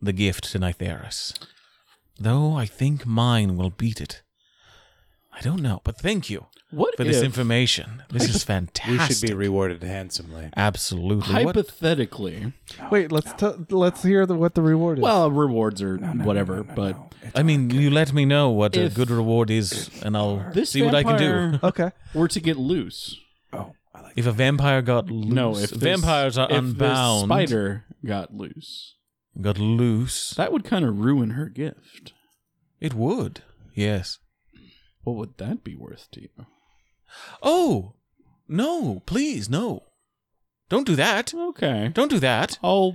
Speaker 2: the gift to Nytheris. Though I think mine will beat it. I don't know, but thank you
Speaker 5: What
Speaker 2: for this information. This is
Speaker 6: We
Speaker 2: fantastic.
Speaker 6: should be rewarded handsomely.
Speaker 2: Absolutely. What-
Speaker 5: hypothetically?
Speaker 1: Wait, let's t- let's hear the, what the reward is.
Speaker 5: Well, rewards are whatever, but
Speaker 2: I mean, you let me know what
Speaker 5: If-
Speaker 2: a good reward is, and I'll
Speaker 5: this
Speaker 2: see what I can do.
Speaker 5: vampire
Speaker 1: okay.
Speaker 5: Were to get loose,
Speaker 2: If a vampire got loose,
Speaker 5: no. If this-
Speaker 2: vampires are
Speaker 5: if
Speaker 2: unbound,
Speaker 5: this spider got loose,
Speaker 2: got loose,
Speaker 5: that would kind of ruin her gift.
Speaker 2: it would. Yes.
Speaker 5: What would that be worth to you?
Speaker 2: Oh no! Please no! Don't do that!
Speaker 5: Okay,
Speaker 2: Don't do that!
Speaker 5: I'll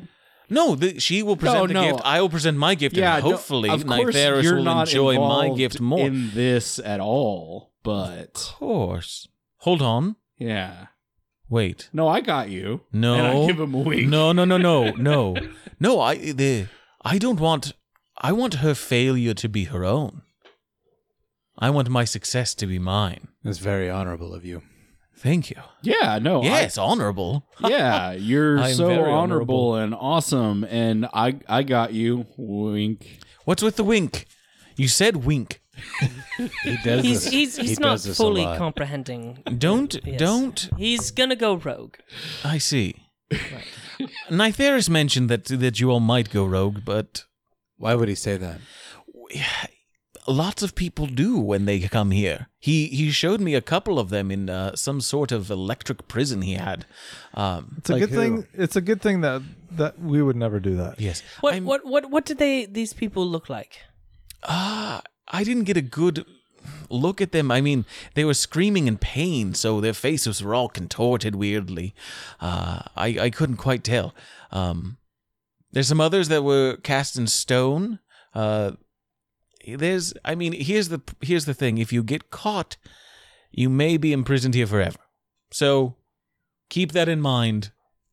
Speaker 2: No, the, she will present
Speaker 5: No,
Speaker 2: the
Speaker 5: no.
Speaker 2: gift. I will present my gift, and
Speaker 5: no,
Speaker 2: hopefully,
Speaker 5: of course
Speaker 2: Nytheris
Speaker 5: you're
Speaker 2: will
Speaker 5: not
Speaker 2: enjoy my
Speaker 5: involved
Speaker 2: gift more.
Speaker 5: in this at all.
Speaker 2: Of
Speaker 5: But
Speaker 2: course. Hold on.
Speaker 5: yeah,
Speaker 2: Wait.
Speaker 5: no, I got you.
Speaker 2: No.
Speaker 5: and I give him a wink.
Speaker 2: No, no, no, no, no, no. I the I don't want. I want her failure to be her own. I want my success to be mine.
Speaker 6: That's very honorable of you.
Speaker 2: Thank you.
Speaker 5: yeah, no, Oh, I-
Speaker 2: yes, honorable.
Speaker 5: yeah, you're
Speaker 2: I am
Speaker 5: so
Speaker 2: very
Speaker 5: honorable,
Speaker 2: honorable.
Speaker 5: and awesome, and I I got you. Wink.
Speaker 2: What's with the wink? You said wink.
Speaker 6: He does
Speaker 4: He's
Speaker 6: this.
Speaker 4: he's he's
Speaker 6: he
Speaker 4: not
Speaker 6: does this a
Speaker 4: fully
Speaker 6: lot.
Speaker 4: comprehending.
Speaker 2: Don't
Speaker 4: Yes.
Speaker 2: don't.
Speaker 4: He's gonna go rogue.
Speaker 2: I see. Nytheris mentioned that that you all might go rogue, but
Speaker 6: Why would he say that?
Speaker 2: lots of people do when they come here. He he showed me a couple of them in uh, some sort of electric prison he had. Um,
Speaker 1: It's a
Speaker 6: Like
Speaker 1: good
Speaker 6: who?
Speaker 1: thing. It's a good thing that that we would never do that.
Speaker 2: yes.
Speaker 4: What
Speaker 2: I'm-
Speaker 4: what what what do they these people look like?
Speaker 2: Ah, I didn't get a good look at them. I mean, they were screaming in pain, so their faces were all contorted weirdly. Uh, I I couldn't quite tell. Um, there's some others that were cast in stone. Uh, there's, I mean, here's the here's the thing. If you get caught, you may be imprisoned here forever. So keep that in mind.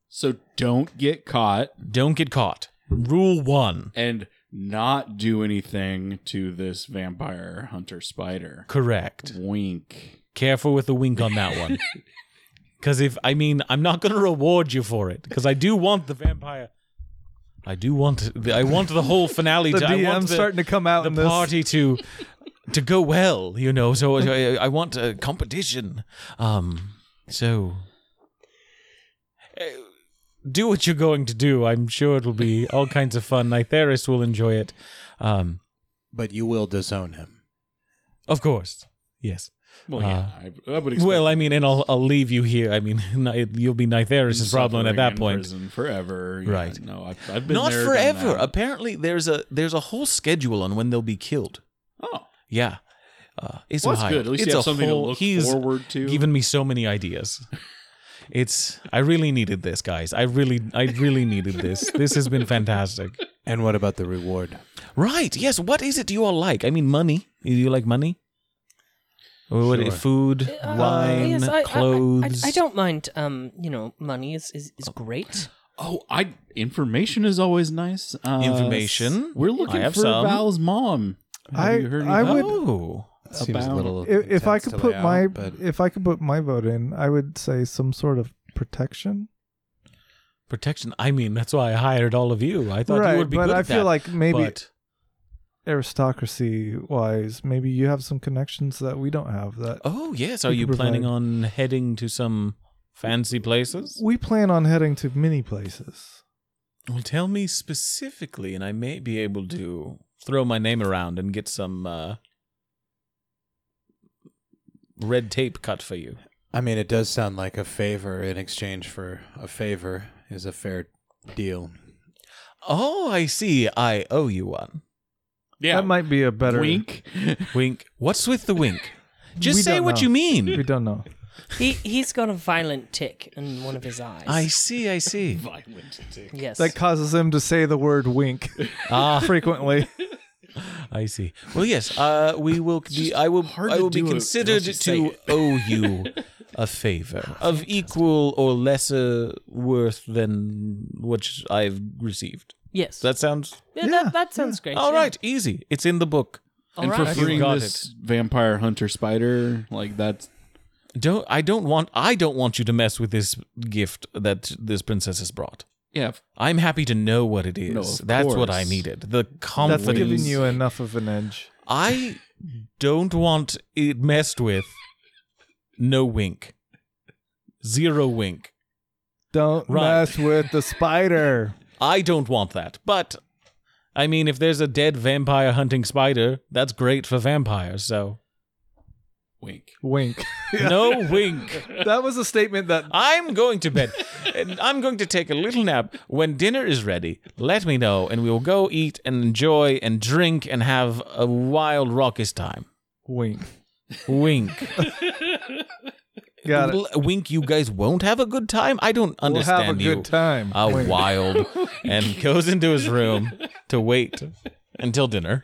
Speaker 5: So don't get caught
Speaker 2: Don't get caught. Rule one.
Speaker 5: and not do anything to this vampire hunter spider.
Speaker 2: Correct.
Speaker 5: Wink.
Speaker 2: careful with the wink on that one. Because if I mean, I'm not going to reward you for it because I do want the vampire. I do want. The, I want the whole finale.
Speaker 1: The
Speaker 2: to, I want
Speaker 1: DM's
Speaker 2: the,
Speaker 1: starting to come out
Speaker 2: the
Speaker 1: in this.
Speaker 2: party to to go well. You know, so I, I want a competition. Um, so eh, do what you're going to do. I'm sure it'll be all kinds of fun. Nytheris will enjoy it. Um,
Speaker 6: But you will disown him.
Speaker 2: of course, yes.
Speaker 5: Well, yeah, I, I would expect.
Speaker 2: Uh, Well, I mean, and I'll, I'll leave you here. I mean, ni- you'll be Nytheris' problem at
Speaker 5: suffering
Speaker 2: that
Speaker 5: in
Speaker 2: point.
Speaker 5: prison forever. Yeah,
Speaker 2: Right.
Speaker 5: No, I've, I've been
Speaker 2: Not
Speaker 5: there, done
Speaker 2: forever.
Speaker 5: that.
Speaker 2: Apparently, there's a there's a whole schedule on when they'll be killed.
Speaker 5: Oh,
Speaker 2: Yeah, uh, it's
Speaker 5: well, that's
Speaker 2: wild.
Speaker 5: good. At least
Speaker 2: it's
Speaker 5: you
Speaker 2: a
Speaker 5: have something
Speaker 2: whole,
Speaker 5: to look
Speaker 2: he's
Speaker 5: forward to.
Speaker 2: given me so many ideas. It's I really needed this, guys. I really I really needed this. This has been fantastic.
Speaker 6: And what about the reward?
Speaker 2: Right? Yes. What is it you all like? I mean, money. Do you like money? Or what?
Speaker 6: Sure.
Speaker 2: Food,
Speaker 4: Uh,
Speaker 2: wine,
Speaker 4: yes, I- I- I- I-
Speaker 2: clothes.
Speaker 4: I, don't mind. Um, you know, money is is, is great.
Speaker 5: oh, I information is always nice. Uh,
Speaker 2: Information.
Speaker 5: We're
Speaker 2: I
Speaker 5: looking
Speaker 2: have
Speaker 5: for
Speaker 2: some.
Speaker 5: Val's mom. Have
Speaker 1: I-
Speaker 5: you heard
Speaker 1: I
Speaker 5: anything?
Speaker 1: would-
Speaker 2: Oh.
Speaker 6: Seems a
Speaker 5: About-
Speaker 6: little.
Speaker 1: If, if I
Speaker 6: intense
Speaker 1: could
Speaker 6: to
Speaker 1: put
Speaker 6: lay out,
Speaker 1: my
Speaker 6: but
Speaker 1: if I could put my vote in, I would say some sort of protection.
Speaker 2: protection. I mean, that's why I hired all of you. I thought
Speaker 1: right,
Speaker 2: you would be
Speaker 1: but
Speaker 2: good
Speaker 1: I
Speaker 2: at
Speaker 1: feel
Speaker 2: that.
Speaker 1: like maybe
Speaker 2: but
Speaker 1: aristocracy wise, maybe you have some connections that we don't have. That
Speaker 2: oh yes,
Speaker 1: You
Speaker 2: are
Speaker 1: could
Speaker 2: you planning
Speaker 1: provide-
Speaker 2: on heading to some fancy places?
Speaker 1: we plan on heading to many places.
Speaker 2: Well, tell me specifically, and I may be able to throw my name around and get some uh, red tape cut for you.
Speaker 6: I mean, it does sound like a favor in exchange for a favor is a fair deal.
Speaker 2: Oh, I see. I owe you one.
Speaker 5: Yeah.
Speaker 1: That might be a better
Speaker 5: Wink.
Speaker 2: Wink. What's with the wink? Just
Speaker 1: We
Speaker 2: say
Speaker 1: don't
Speaker 2: what
Speaker 1: know.
Speaker 2: you
Speaker 1: We
Speaker 2: mean.
Speaker 1: don't know.
Speaker 4: He he's got a violent tick in one of his eyes.
Speaker 2: I see. I see.
Speaker 5: Violent tick.
Speaker 4: yes.
Speaker 1: That causes him to say the word wink
Speaker 2: Ah,
Speaker 1: frequently.
Speaker 2: I see. Well, yes, uh, we will. Be, I will.
Speaker 5: hard
Speaker 2: I
Speaker 5: to
Speaker 2: will be
Speaker 5: do it
Speaker 2: considered
Speaker 5: unless you say
Speaker 2: to
Speaker 5: it.
Speaker 2: owe you a favor of equal or lesser worth than which I've received.
Speaker 4: yes.
Speaker 2: That sounds
Speaker 4: yeah,
Speaker 1: yeah,
Speaker 4: That, that sounds great.
Speaker 2: all
Speaker 4: yeah.
Speaker 2: right. Easy. It's in the book.
Speaker 4: All
Speaker 5: and
Speaker 4: right.
Speaker 5: for
Speaker 2: Alright.
Speaker 5: freeing
Speaker 2: You got
Speaker 5: this vampire hunter spider, like that's
Speaker 2: Don't. I don't want. I don't want you to mess with this gift that this princess has brought.
Speaker 5: Yeah, f-
Speaker 2: I'm happy to know what it is.
Speaker 5: No, of
Speaker 2: That's what I
Speaker 5: course.
Speaker 2: needed. The
Speaker 1: That's
Speaker 2: confidence.
Speaker 1: giving you enough of an edge.
Speaker 2: I don't want it messed with. No wink. Zero wink.
Speaker 1: Don't
Speaker 2: Right.
Speaker 1: mess with the spider.
Speaker 2: I don't want that. But I mean, if there's a dead vampire hunting spider, that's great for vampires. So
Speaker 5: wink.
Speaker 1: Wink.
Speaker 2: no wink.
Speaker 1: That was a statement that
Speaker 2: I'm going to bed. And I'm going to take a little nap. When dinner is ready, let me know, and we will go eat and enjoy and drink and have a wild, raucous time.
Speaker 1: wink.
Speaker 2: Wink.
Speaker 1: Got it.
Speaker 2: L- Wink, you guys won't have a good time? I don't
Speaker 1: We'll have a
Speaker 2: understand you. Uh,
Speaker 1: good time.
Speaker 2: A
Speaker 1: Wink.
Speaker 2: wild and goes into his room to wait until dinner.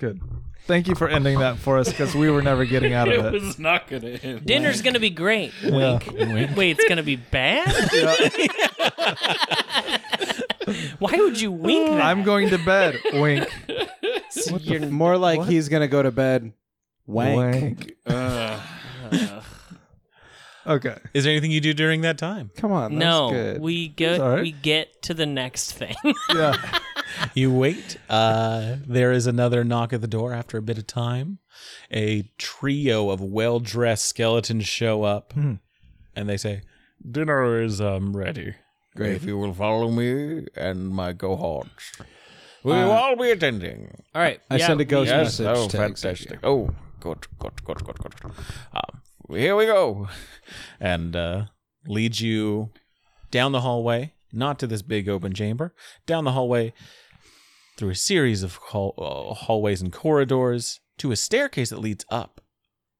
Speaker 1: Good. Thank you for ending that for us because we were never getting out of it.
Speaker 5: was not gonna end.
Speaker 4: Dinner's gonna be great. Wink. Wait, it's gonna be bad. Why would you
Speaker 2: Oh,
Speaker 4: wink that?
Speaker 1: I'm going to bed. Wink.
Speaker 4: You're-
Speaker 6: More like he's gonna go to bed. Wank.
Speaker 1: Okay.
Speaker 2: Is there anything you do during that time?
Speaker 6: Come on. That's
Speaker 4: no,
Speaker 6: good.
Speaker 4: we go.
Speaker 1: all right.
Speaker 4: We get to the next thing.
Speaker 1: Yeah.
Speaker 2: You wait. Uh, there is another knock at the door after a bit of time. A trio of well dressed skeletons show up
Speaker 1: Hmm.
Speaker 2: and they say, Dinner is um, ready. If you will follow me and my cohorts, we will all be attending.
Speaker 4: All right.
Speaker 6: I send a ghost
Speaker 2: Yes,
Speaker 6: message.
Speaker 2: oh,
Speaker 6: to
Speaker 2: fantastic. Oh, good, good, good, good, good. Um, here we go. And uh, leads you down the hallway, not to this big open chamber, down the hallway through a series of hall- uh, hallways and corridors to a staircase that leads up.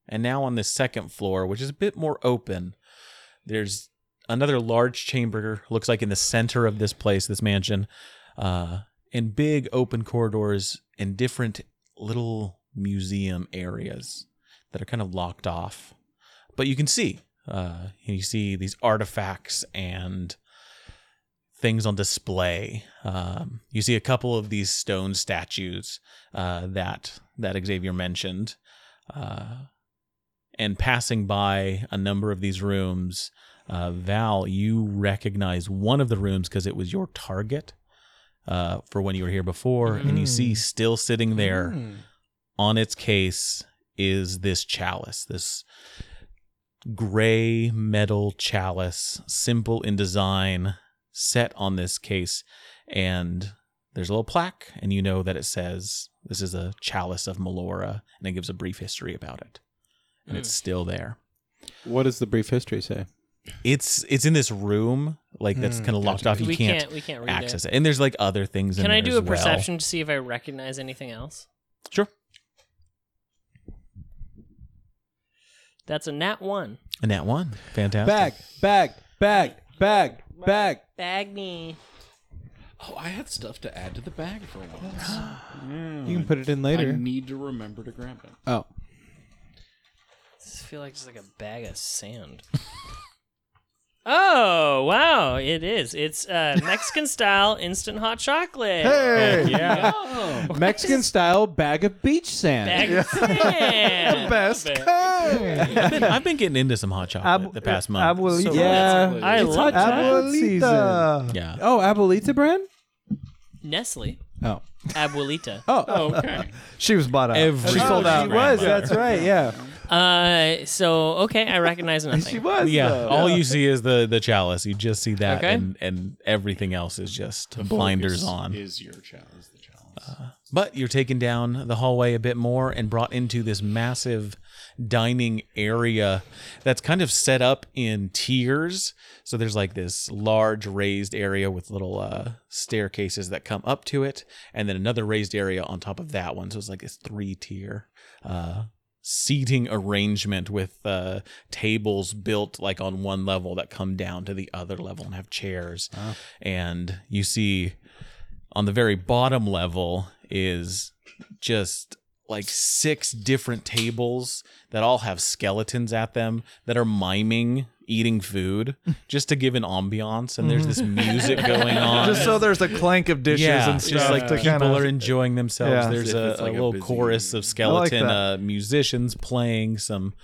Speaker 2: And now on this second floor, which is a bit more open, there's another large chamber, looks like in the center of this place, this mansion, uh, and big open corridors and different little museum areas that are kind of locked off. But you can see, uh, you see these artifacts and things on display. Um, you see a couple of these stone statues uh, that that Xavier mentioned, uh, and passing by a number of these rooms. Uh, Val, you recognize one of the rooms because it was your target uh, for when you were here before, and you see still sitting there on its case is this chalice, this gray metal chalice, simple in design, set on this case. And there's a little plaque, and you know that it says, This is a chalice of Melora, and it gives a brief history about it. And
Speaker 4: Hmm.
Speaker 2: it's still there.
Speaker 6: What does the brief history say?
Speaker 2: It's it's in this room, like
Speaker 6: Hmm,
Speaker 2: that's kind of locked off. You
Speaker 4: we
Speaker 2: can't,
Speaker 4: can't. We can't read
Speaker 2: access
Speaker 4: it.
Speaker 2: it. And there's like other things. in
Speaker 4: Can I
Speaker 2: there
Speaker 4: do
Speaker 2: as
Speaker 4: a
Speaker 2: well.
Speaker 4: perception to see if I recognize anything else?
Speaker 2: Sure.
Speaker 4: That's a nat one.
Speaker 2: And that one, fantastic.
Speaker 6: Bag, bag, bag, bag, bag.
Speaker 4: Bagney.
Speaker 5: Oh, I have stuff to add to the bag for once.
Speaker 6: You can
Speaker 4: Hmm.
Speaker 6: put it in
Speaker 5: I
Speaker 6: later.
Speaker 5: need to remember to grab it.
Speaker 6: Oh,
Speaker 4: I feel like just like a bag of sand. oh wow! It is. It's uh, Mexican style instant hot chocolate.
Speaker 1: Hey.
Speaker 4: yeah.
Speaker 6: Mexican style bag of beach sand.
Speaker 4: Bag of sand.
Speaker 1: Best. kind.
Speaker 2: I've been, I've been getting into some hot chocolate
Speaker 1: Ab-
Speaker 2: the past month.
Speaker 1: Abuelita.
Speaker 2: So-
Speaker 6: yeah.
Speaker 4: I love that.
Speaker 6: chocolate season.
Speaker 1: Abuelita.
Speaker 2: yeah.
Speaker 6: Oh, Abuelita brand.
Speaker 4: Nestle.
Speaker 6: Oh,
Speaker 4: Abuelita.
Speaker 5: Oh, okay.
Speaker 1: She was bought out.
Speaker 2: Every
Speaker 1: she sold out.
Speaker 6: she was.
Speaker 2: grandmother.
Speaker 6: That's right. Yeah,
Speaker 4: Uh, so okay, I recognize nothing.
Speaker 1: She was.
Speaker 2: Yeah,
Speaker 1: though.
Speaker 2: all you see is the the chalice. You just see that,
Speaker 4: Okay.
Speaker 2: and and everything else is just blinders
Speaker 5: Focus
Speaker 2: on.
Speaker 5: Is your challenge is the challenge?
Speaker 2: But you're taken down the hallway a bit more and brought into this massive dining area that's kind of set up in tiers. So there's like this large raised area with little uh, staircases that come up to it, and then another raised area on top of that one. So it's like this three tier uh, seating arrangement with uh, tables built like on one level that come down to the other level and have chairs. And you see on the very bottom level is just like six different tables that all have skeletons at them that are miming eating food just to give an ambiance and there's this music going on
Speaker 1: Mm. Just so there's a clank of dishes
Speaker 2: yeah,
Speaker 1: and
Speaker 2: it's
Speaker 1: stuff
Speaker 2: just like
Speaker 1: to
Speaker 2: people
Speaker 1: kind of.
Speaker 2: are enjoying themselves.
Speaker 1: Yeah.
Speaker 2: There's
Speaker 5: If
Speaker 2: a,
Speaker 5: it's like
Speaker 2: a
Speaker 5: a
Speaker 2: little
Speaker 5: busy-
Speaker 2: chorus of skeleton
Speaker 1: that.
Speaker 2: uh, musicians playing some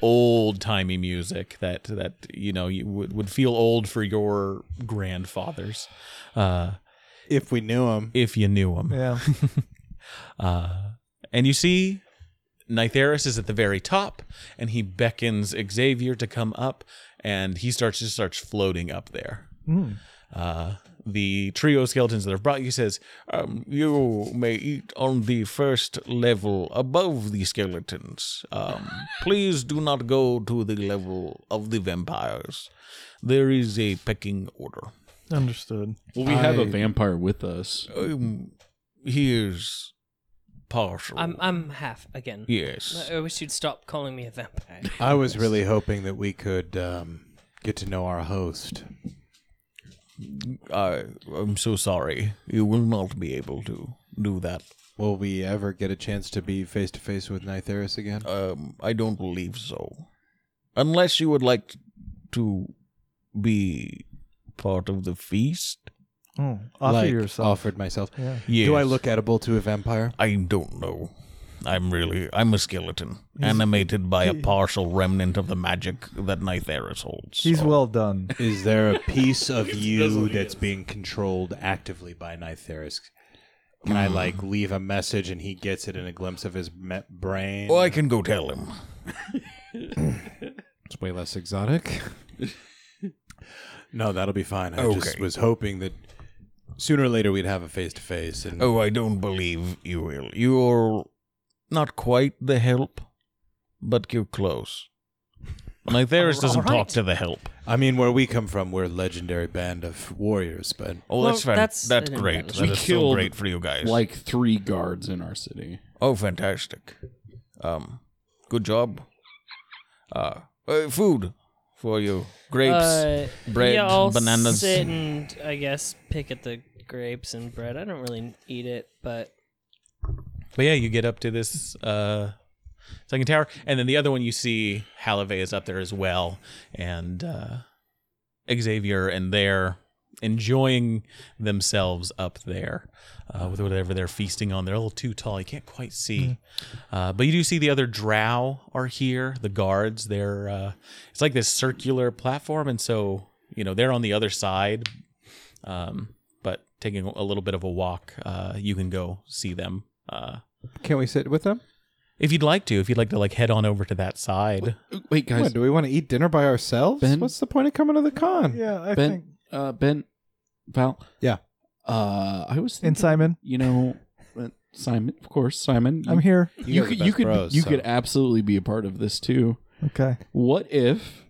Speaker 2: old timey music that that you know you would, would feel old for your grandfathers uh,
Speaker 6: If we knew him,
Speaker 2: if you knew them.
Speaker 1: yeah.
Speaker 2: Uh, and you see Nytheris is at the very top and he beckons Xavier to come up and he starts just starts floating up there. Uh, the trio of skeletons that have brought you says, um, "You may eat on the first level above the skeletons. Um, please do not go to the level of the vampires. There is a pecking order.
Speaker 1: Understood.
Speaker 5: Well, we have
Speaker 6: I-
Speaker 5: a vampire with us.
Speaker 2: Um, here's partial.
Speaker 4: I'm I'm half again.
Speaker 2: yes,
Speaker 4: I wish you'd stop calling me a vampire.
Speaker 6: I was really hoping that we could um, get to know our host.
Speaker 2: I, I'm so sorry. You will not be able to do that.
Speaker 6: Will we ever get a chance to be face to face with Nytheris again?
Speaker 2: Um, I don't believe so. Unless you would like to be part of the feast.
Speaker 1: Oh, offer
Speaker 6: Like,
Speaker 1: yourself.
Speaker 6: Offered myself.
Speaker 1: Yeah.
Speaker 2: Yes.
Speaker 6: Do I look edible to a vampire?
Speaker 2: I don't know. I'm really. I'm a skeleton, animated by a partial remnant of the magic that Nytheris holds.
Speaker 1: He's well done.
Speaker 6: Is there a piece of you that's being controlled actively by Nytheris? Can I like leave a message and he gets it in a glimpse of his me- brain?
Speaker 2: Well, I can go tell him.
Speaker 6: It's way less exotic. no, that'll be fine. I just
Speaker 2: Okay.
Speaker 6: was hoping that sooner or later we'd have a face to face. And
Speaker 2: Oh, I don't believe you will. You're not quite the help, but you're close. Nytheris doesn't talk to the help.
Speaker 6: I mean, where we come from, we're a legendary band of warriors, but
Speaker 2: Oh,
Speaker 4: Well,
Speaker 2: that's fan-
Speaker 4: that's-
Speaker 2: that's,
Speaker 4: that-
Speaker 2: great.
Speaker 4: that-
Speaker 2: That
Speaker 5: We
Speaker 2: is so
Speaker 5: killed,
Speaker 2: great for you guys.
Speaker 5: Like three guards in our city.
Speaker 2: oh, fantastic. Um, good job. Uh, uh, food for you. Grapes.
Speaker 4: Uh,
Speaker 2: bread,
Speaker 4: yeah, I'll
Speaker 2: bananas.
Speaker 4: Sit and I guess pick at the grapes and bread. I don't really eat it, but
Speaker 2: But yeah, you get up to this uh, second tower, and then the other one you see Hallive is up there as well, and uh, Xavier, and they're enjoying themselves up there uh, with whatever they're feasting on. They're a little too tall; you can't quite see, uh, but you do see the other Drow are here. The guards, they're uh, it's like this circular platform, and so you know they're on the other side. Um, but taking a little bit of a walk, uh, you can go see them uh,
Speaker 3: Can we sit with them?
Speaker 2: if you'd like to, if you'd like to like head on over to that side.
Speaker 5: Wait, guys.
Speaker 3: What, do we want to eat dinner by ourselves?
Speaker 5: Ben?
Speaker 3: What's the point of coming to the con?
Speaker 1: Yeah, I
Speaker 5: Ben,
Speaker 1: think.
Speaker 5: uh, Ben, Val.
Speaker 3: Yeah.
Speaker 5: Uh, I was
Speaker 1: And
Speaker 5: thinking,
Speaker 1: Simon,
Speaker 5: you know, uh, Simon, of course, Simon.
Speaker 1: I'm here.
Speaker 5: You,
Speaker 6: guys are
Speaker 5: could,
Speaker 6: the
Speaker 5: you
Speaker 6: best
Speaker 5: could,
Speaker 6: bros,
Speaker 5: you
Speaker 6: so
Speaker 5: could absolutely be a part of this too.
Speaker 1: Okay.
Speaker 5: What if?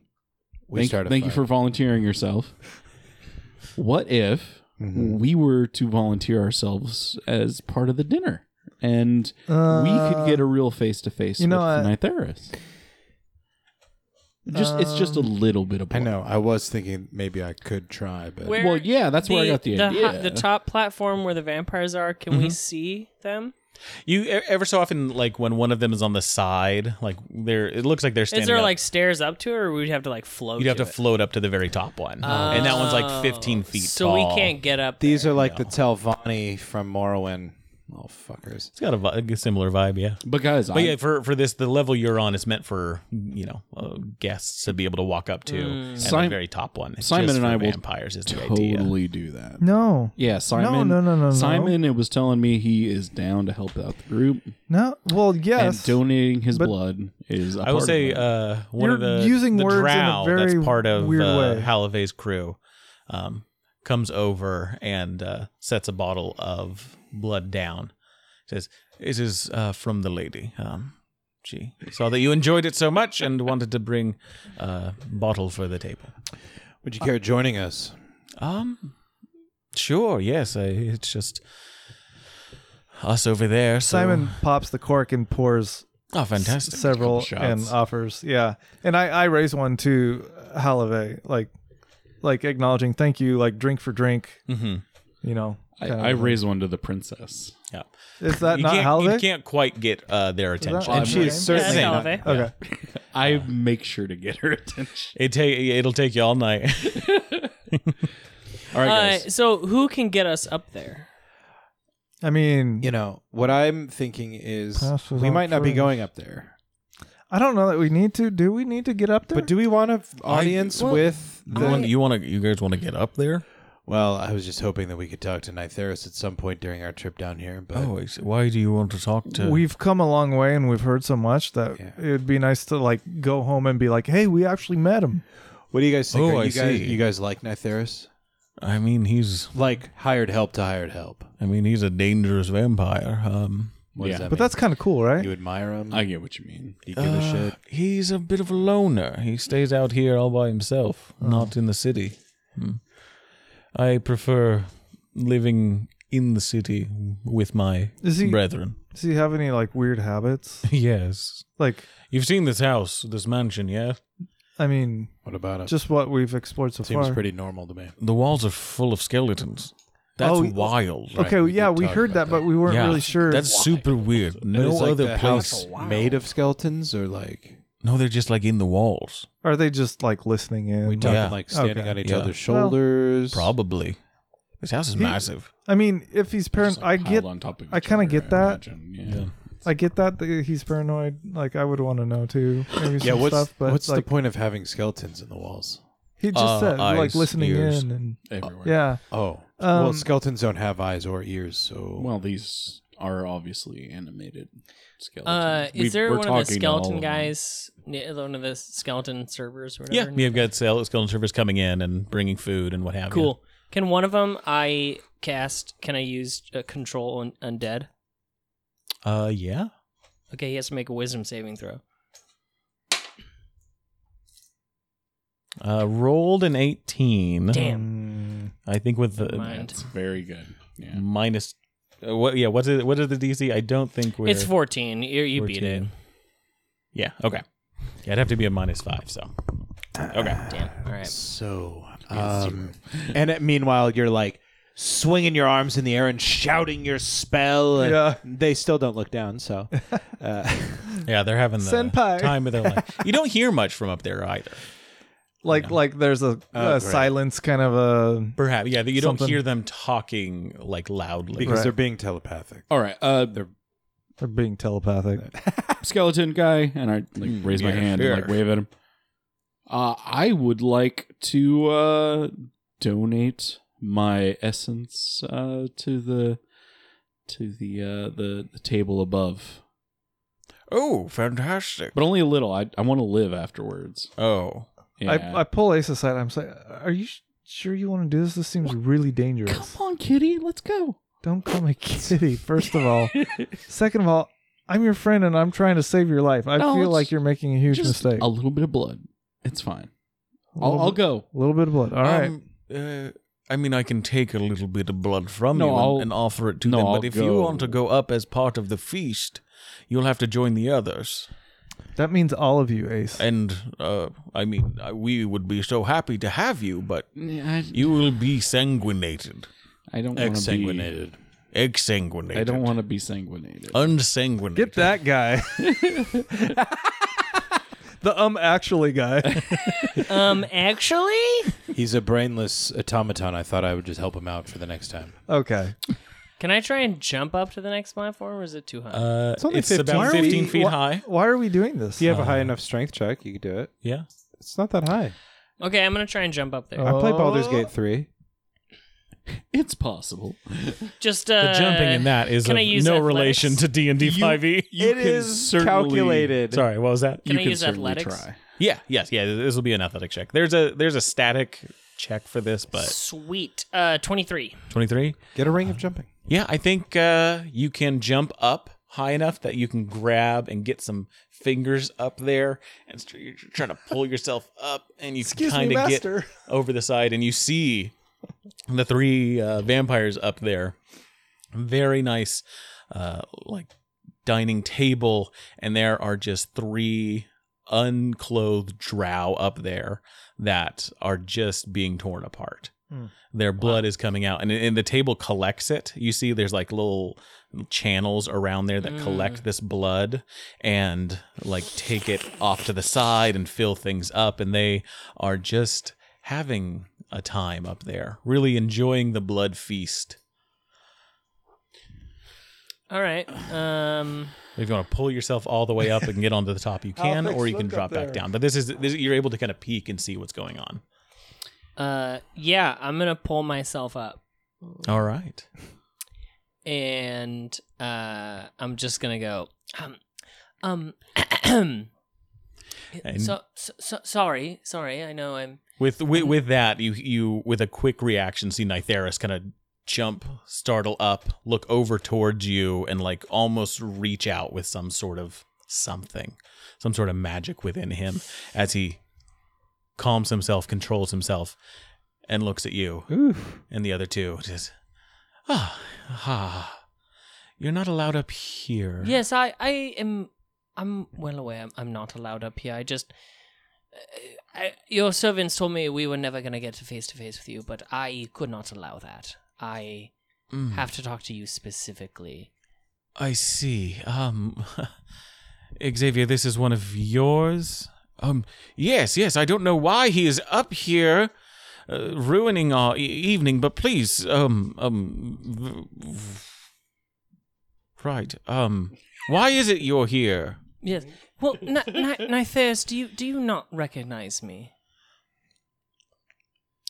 Speaker 6: we
Speaker 5: thank
Speaker 6: started.
Speaker 5: thank you for volunteering yourself. What if
Speaker 6: Mhm.
Speaker 5: we were to volunteer ourselves as part of the dinner, and we could get a real face to face
Speaker 1: Uh, you
Speaker 5: with
Speaker 1: know what?
Speaker 5: Nytheris? Just it's just a
Speaker 1: Um,
Speaker 5: little bit of.
Speaker 6: I know. I was thinking maybe I could try, but
Speaker 4: where?
Speaker 5: Well, yeah, that's where I got the
Speaker 4: hi-
Speaker 5: idea. Mm-hmm.
Speaker 4: the top platform where the vampires are. Can we see them?
Speaker 2: You e- ever so often like when one of them is on the side, like there, it looks like they're standing.
Speaker 4: Is there
Speaker 2: up.
Speaker 4: like stairs up to it, or we'd have to like float?
Speaker 2: you'd have to
Speaker 4: it?
Speaker 2: float up to the very top one, and that one's
Speaker 4: Oh,
Speaker 2: like 15 feet
Speaker 4: So
Speaker 2: tall.
Speaker 4: we can't get up.
Speaker 6: these
Speaker 4: there.
Speaker 6: are like the Telvanni from Morrowind. Oh fuckers!
Speaker 2: It's got a, vi- a similar vibe, yeah.
Speaker 5: But guys,
Speaker 2: But
Speaker 5: I,
Speaker 2: yeah, for for this, the level you're on is meant for you know uh, guests to be able to walk up to,
Speaker 4: Hmm.
Speaker 2: and
Speaker 5: Sim-
Speaker 2: the very top one. It's
Speaker 5: Simon
Speaker 2: just
Speaker 5: and
Speaker 2: for
Speaker 5: I will
Speaker 2: vampires is the idea.
Speaker 5: totally do that.
Speaker 1: No.
Speaker 5: Yeah, Simon.
Speaker 1: no, no, no, no.
Speaker 5: Simon it was telling me he is down to help out the group,
Speaker 1: No. Well, yes.
Speaker 5: and donating his
Speaker 1: but-
Speaker 5: blood is. I
Speaker 2: I will say uh, one of
Speaker 1: You're
Speaker 2: the
Speaker 1: using
Speaker 2: the
Speaker 1: words in a
Speaker 2: drow
Speaker 1: very
Speaker 2: that's part of
Speaker 1: weird
Speaker 2: uh,
Speaker 1: way.
Speaker 2: Hallive's crew um, comes over and uh, sets a bottle of blood down. Says, "This is uh, from the lady. Um, she saw that you enjoyed it so much and wanted to bring a bottle for the table."
Speaker 6: Would you
Speaker 3: Uh,
Speaker 6: care joining us?
Speaker 2: Um, sure. Yes, I, it's just us over there. So.
Speaker 1: Simon pops the cork and pours
Speaker 2: oh,
Speaker 1: s-
Speaker 2: fantastic.
Speaker 1: several
Speaker 5: Couple
Speaker 1: and uh,
Speaker 5: shots.
Speaker 1: offers. Yeah, and I I raise one to Hallive, like like acknowledging thank you, like drink for drink.
Speaker 2: hmm
Speaker 1: You know,
Speaker 5: I,
Speaker 1: kind of
Speaker 5: I
Speaker 1: like-
Speaker 5: raise one to the princess.
Speaker 1: Is that
Speaker 2: you
Speaker 1: not
Speaker 2: can't,
Speaker 1: Halvig?
Speaker 2: You can't quite get uh, their
Speaker 1: Is that
Speaker 2: attention.
Speaker 1: Halvig?
Speaker 6: And she is
Speaker 1: Okay.
Speaker 6: certainly
Speaker 4: Yeah,
Speaker 6: not.
Speaker 4: I know,
Speaker 1: Okay.
Speaker 5: I make sure to get her attention.
Speaker 2: It take it'll take you all night.
Speaker 5: All right,
Speaker 4: Uh,
Speaker 5: guys.
Speaker 4: so who can get us up there?
Speaker 1: I mean,
Speaker 3: You know, what I'm thinking is
Speaker 1: Pass
Speaker 3: we
Speaker 1: without
Speaker 3: might not be
Speaker 1: praise.
Speaker 3: going up there.
Speaker 1: I don't know that we need to. Do we need to get up there?
Speaker 3: But do we want an audience
Speaker 2: well,
Speaker 3: with
Speaker 2: You want,
Speaker 3: the
Speaker 2: you want to? You guys want to get up there?
Speaker 6: Well, I was just hoping that we could talk to Nytheris at some point during our trip down here, but
Speaker 2: Oh, I see. why do you want to talk to?
Speaker 1: We've come a long way and we've heard so much that
Speaker 6: Yeah.
Speaker 1: it would be nice to like go home and be like, "Hey, we actually met him."
Speaker 6: what do you guys think?
Speaker 2: Oh,
Speaker 6: Are you
Speaker 2: I
Speaker 6: guys
Speaker 2: see.
Speaker 6: you guys like Nytheris?
Speaker 2: I mean, he's.
Speaker 6: Like hired help to hired help.
Speaker 2: I mean, he's a dangerous vampire. Um,
Speaker 6: What
Speaker 5: Yeah.
Speaker 6: does that
Speaker 1: But that's kind of cool, right?
Speaker 6: mean? you admire him?
Speaker 5: I get what you mean.
Speaker 6: Do you give a
Speaker 2: uh,
Speaker 6: shit?
Speaker 2: He's a bit of a loner. He stays out here all by himself, not in the city. Hmm. I prefer living in the city with my
Speaker 1: Is he-
Speaker 2: brethren.
Speaker 1: Does he have any like weird habits?
Speaker 2: Yes,
Speaker 1: Like,
Speaker 2: you've seen this house, this mansion, yeah.
Speaker 1: I mean,
Speaker 6: What about him?
Speaker 1: just what we've explored so
Speaker 6: Seems
Speaker 1: far.
Speaker 6: pretty normal to me.
Speaker 2: The walls are full of skeletons. That's
Speaker 1: Oh,
Speaker 2: wild.
Speaker 1: okay,
Speaker 6: we
Speaker 1: yeah,
Speaker 6: did
Speaker 1: we
Speaker 6: talk
Speaker 1: heard
Speaker 6: about
Speaker 1: that, but we weren't
Speaker 2: Yeah,
Speaker 1: really sure.
Speaker 2: That's super weird. No
Speaker 6: Is, like,
Speaker 2: other
Speaker 6: the
Speaker 2: place.
Speaker 6: house made of skeletons or like
Speaker 2: No, they're just like in the walls.
Speaker 1: Are they just like listening in?
Speaker 6: we talking
Speaker 2: Yeah.
Speaker 6: like standing
Speaker 1: Okay.
Speaker 6: on each
Speaker 2: Yeah.
Speaker 6: other's
Speaker 1: Well,
Speaker 6: shoulders?
Speaker 2: Probably. This house is
Speaker 1: He-
Speaker 2: massive.
Speaker 1: I mean, if he's paranoid,
Speaker 5: Just, like,
Speaker 1: I
Speaker 5: piled
Speaker 1: get,
Speaker 5: On top of
Speaker 1: I
Speaker 5: each
Speaker 1: kinda
Speaker 5: other,
Speaker 1: get that.
Speaker 5: imagine.
Speaker 2: Yeah.
Speaker 5: Yeah.
Speaker 1: I get that, that he's paranoid. Like, I would want to know too. Maybe
Speaker 6: yeah,
Speaker 1: some
Speaker 6: what's
Speaker 1: stuff, but
Speaker 6: what's
Speaker 1: like,
Speaker 6: the point of having skeletons in the walls?
Speaker 1: he just
Speaker 2: Uh,
Speaker 1: said like
Speaker 2: eyes,
Speaker 1: listening
Speaker 2: ears.
Speaker 1: in and
Speaker 5: Everywhere.
Speaker 1: yeah.
Speaker 6: Oh, well,
Speaker 1: Um,
Speaker 6: skeletons don't have eyes or ears, so
Speaker 5: Well, these are obviously animated skeletons.
Speaker 4: Uh, is
Speaker 5: We've-
Speaker 4: there
Speaker 5: we're
Speaker 4: one of the
Speaker 5: talking to all
Speaker 4: skeleton
Speaker 5: of them.
Speaker 4: guys, n- one of the skeleton servers, or
Speaker 2: Yeah,
Speaker 4: whatever?
Speaker 2: we have got sale- skeleton servers coming in and bringing food and what have you.
Speaker 4: Cool. Can one of them I cast? Can I use uh, control un- undead?
Speaker 2: Uh, yeah.
Speaker 4: Okay, he has to make a wisdom saving throw.
Speaker 2: Uh, rolled an 18.
Speaker 4: Damn.
Speaker 6: Mm,
Speaker 2: I think with the
Speaker 4: Never mind.
Speaker 5: It's very good. Yeah.
Speaker 2: minus. Uh, what? Yeah. What's it? What is the DC? I don't think we're.
Speaker 4: It's 14. You, you beat it.
Speaker 2: 14. Yeah. Okay. Yeah, it'd have to be a minus five. So.
Speaker 6: Ah.
Speaker 2: Okay.
Speaker 4: Damn. All right.
Speaker 6: So, um, and it, meanwhile, you're like swinging your arms in the air and shouting your spell. and
Speaker 1: Yeah.
Speaker 6: They still don't look down, so. Uh,
Speaker 2: Yeah, they're having the
Speaker 1: Senpai.
Speaker 2: time of their life. You don't hear much from up there either.
Speaker 1: like like there's a, a
Speaker 6: Oh, great.
Speaker 1: silence kind of a
Speaker 2: Perhaps. Yeah, you don't
Speaker 1: Something.
Speaker 2: hear them talking like loudly.
Speaker 1: Right. they're
Speaker 6: being telepathic.
Speaker 5: All right. Uh,
Speaker 1: they're being telepathic
Speaker 5: skeleton guy, and I like raise my
Speaker 2: yeah,
Speaker 5: hand and like
Speaker 2: sure.
Speaker 5: wave at him. Uh, I would like to uh, donate my essence uh, to the to the uh, the the table above,
Speaker 2: Oh, fantastic.
Speaker 5: but only a little. I I want to live afterwards.
Speaker 2: Oh.
Speaker 5: Yeah.
Speaker 1: I, I pull ace aside i'm like are you sh- sure you want to do this this seems really dangerous
Speaker 5: Come on, kitty, let's go.
Speaker 1: don't call me kitty first of all second of all i'm your friend and i'm trying to save your life i
Speaker 5: No,
Speaker 1: feel
Speaker 5: it's
Speaker 1: like you're making a huge
Speaker 5: Just
Speaker 1: mistake
Speaker 5: a little bit of blood. It's fine.
Speaker 1: A
Speaker 5: I'll,
Speaker 1: little
Speaker 5: I'll
Speaker 1: bit-
Speaker 5: go.
Speaker 1: a little bit of blood All right.
Speaker 2: Um, uh, I mean, I can take a little bit of blood from
Speaker 5: No,
Speaker 2: you and,
Speaker 5: I'll-
Speaker 2: and offer it to
Speaker 5: no,
Speaker 2: them, but
Speaker 5: I'll
Speaker 2: if you
Speaker 5: go.
Speaker 2: want to go up as part of the feast, you'll have to join the others.
Speaker 1: that means all of you ace
Speaker 2: And, uh, I mean, uh, we would be so happy to have you, but
Speaker 5: I,
Speaker 2: you will be sanguinated.
Speaker 5: I don't want to be.
Speaker 6: Exsanguinated.
Speaker 2: Exsanguinated.
Speaker 5: I don't want to be sanguinated.
Speaker 2: Uh, Unsanguinated.
Speaker 1: get that guy the um actually guy
Speaker 4: Um, actually,
Speaker 6: He's a brainless automaton. I thought I would just help him out for the next time.
Speaker 1: okay
Speaker 4: can I try and jump up to the next platform, or is it too high?
Speaker 2: Uh, it's
Speaker 3: only 15
Speaker 2: about
Speaker 3: Why are
Speaker 2: 15
Speaker 3: we-
Speaker 2: feet
Speaker 3: wha-
Speaker 2: high.
Speaker 1: why are we doing this Uh,
Speaker 3: If you have a high
Speaker 6: Uh.
Speaker 3: enough strength check, you can do it.
Speaker 2: Yeah.
Speaker 3: It's not that high.
Speaker 4: okay, I'm gonna try and jump up there.
Speaker 2: uh,
Speaker 1: Oh.
Speaker 3: I play Baldur's Gate 3.
Speaker 5: It's possible.
Speaker 4: Just uh,
Speaker 2: the jumping in that is
Speaker 4: can
Speaker 2: of
Speaker 4: I use
Speaker 2: no
Speaker 4: athletics?
Speaker 2: relation to D and D five e.
Speaker 5: You
Speaker 3: It
Speaker 5: can
Speaker 3: is
Speaker 5: certainly-
Speaker 3: calculated.
Speaker 2: Sorry, what was that?
Speaker 4: Can
Speaker 5: you
Speaker 4: I
Speaker 5: can
Speaker 4: use
Speaker 5: certainly
Speaker 4: athletics?
Speaker 5: Try.
Speaker 2: Yeah, yes, yeah. This will be an athletic check. There's a there's a static check for this, but
Speaker 4: Sweet. Uh, 23.
Speaker 2: twenty three.
Speaker 3: Get a ring of jumping.
Speaker 2: Yeah, I think uh, you can jump up high enough that you can grab and get some fingers up there, and st- you're trying to pull yourself up, and you
Speaker 3: Excuse me,
Speaker 2: kind of get
Speaker 3: master.
Speaker 2: over the side, and you see the three uh, vampires up there. Very nice, uh, like dining table, and there are just three unclothed drow up there that are just being torn apart.
Speaker 1: Hmm.
Speaker 2: Their blood is coming out, and, and the table collects it. You see, there's like little channels around there that
Speaker 7: Mm.
Speaker 2: collect this blood and like take it off to the side and fill things up. And they are just having a time up there, really enjoying the blood feast.
Speaker 4: All right. Um,
Speaker 2: If you want to pull yourself all the way up and get onto the top, you can,
Speaker 7: Alphix,
Speaker 2: or you can
Speaker 7: look up
Speaker 2: drop back
Speaker 7: there.
Speaker 2: down. But this is this, you're able to kind of peek and see what's going on.
Speaker 4: uh, yeah, I'm gonna pull myself up,
Speaker 2: All right.
Speaker 4: and uh, I'm just gonna go. Um, um,
Speaker 2: And-
Speaker 4: so, so, so sorry, sorry. I know I'm.
Speaker 2: With with, with that, you you with a quick reaction see Nytheris kind of jump, startle up, look over towards you, and like almost reach out with some sort of something, some sort of magic within him as he calms himself, controls himself, and looks at you and the other two. Just ah ah. You're not allowed up here.
Speaker 4: Yes, I, I am. I'm well aware. I'm not allowed up here. I just. uh, I, your servants told me we were never going to get to face to face with you, but I could not allow that. I
Speaker 2: Mm.
Speaker 4: have to talk to you specifically.
Speaker 2: I see. Um, Xavier, this is one of yours. Um, yes, yes. I don't know why he is up here, uh, ruining our e- evening. But please, um, um, v- v- right. Um, why is it you're here?
Speaker 4: Yes. Well, N- N- Nytheris, do you do you not recognize me?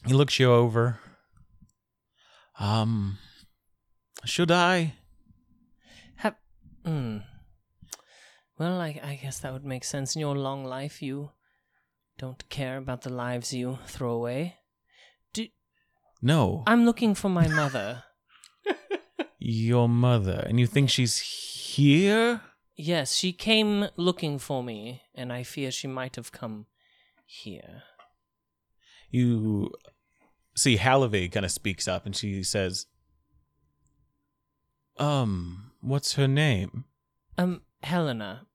Speaker 2: He looks you over. Um, should I?
Speaker 4: Have. Hmm. Well, I, I guess that would make sense. In your long life, you don't care about the lives you throw away.
Speaker 2: No,
Speaker 4: I'm looking for my mother.
Speaker 2: your mother, and you think she's here?
Speaker 4: Yes, she came looking for me, and I fear she might have come here.
Speaker 2: you see Halliday kind of speaks up and she says, "Um, what's her name?
Speaker 4: Um, Helena.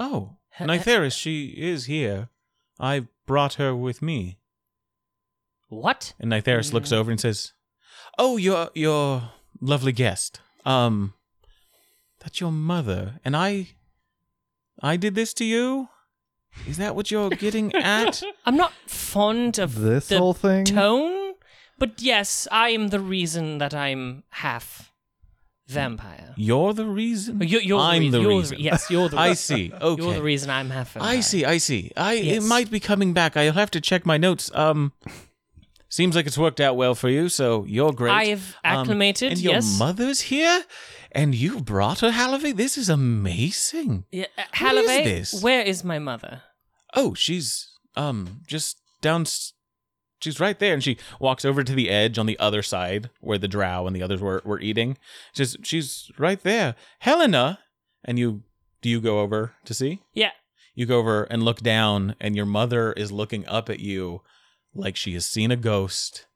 Speaker 2: Oh,
Speaker 4: He-
Speaker 2: Nytheris. She is here. I brought her with me."
Speaker 4: What?
Speaker 2: And Nytheris looks
Speaker 4: Mm.
Speaker 2: over and says, "Oh, your your lovely guest. Um, that's your mother, and I, I did this to you. Is that what you're getting at?"
Speaker 4: I'm not fond of
Speaker 1: This
Speaker 4: the
Speaker 1: whole thing?
Speaker 4: tone, but yes, I am the reason that I'm half vampire.
Speaker 2: You're the reason.
Speaker 4: You're, you're
Speaker 2: I'm
Speaker 4: the,
Speaker 2: the
Speaker 4: reason. you're
Speaker 2: reason.
Speaker 4: The, yes, you're the.
Speaker 2: I
Speaker 4: reason.
Speaker 2: see. Okay.
Speaker 4: You're the reason I'm half vampire.
Speaker 2: I see. I see. I
Speaker 4: Yes.
Speaker 2: it might be coming back. I'll have to check my notes. Um, seems like it's worked out well for you, so you're great.
Speaker 4: I've
Speaker 2: Um,
Speaker 4: acclimated,
Speaker 2: and your
Speaker 4: yes.
Speaker 2: mother's here, and you've brought her, Halliday. This is amazing.
Speaker 4: Yeah, uh,
Speaker 2: is
Speaker 4: Halliway,
Speaker 2: this?
Speaker 4: where is my mother?
Speaker 2: Oh, she's um just down. She's right there, and she walks over to the edge on the other side where the Drow and the others were were eating. Just she's right there, Helena. And you do you go over to see?
Speaker 4: Yeah.
Speaker 2: You go over and look down, and your mother is looking up at you like she has seen a ghost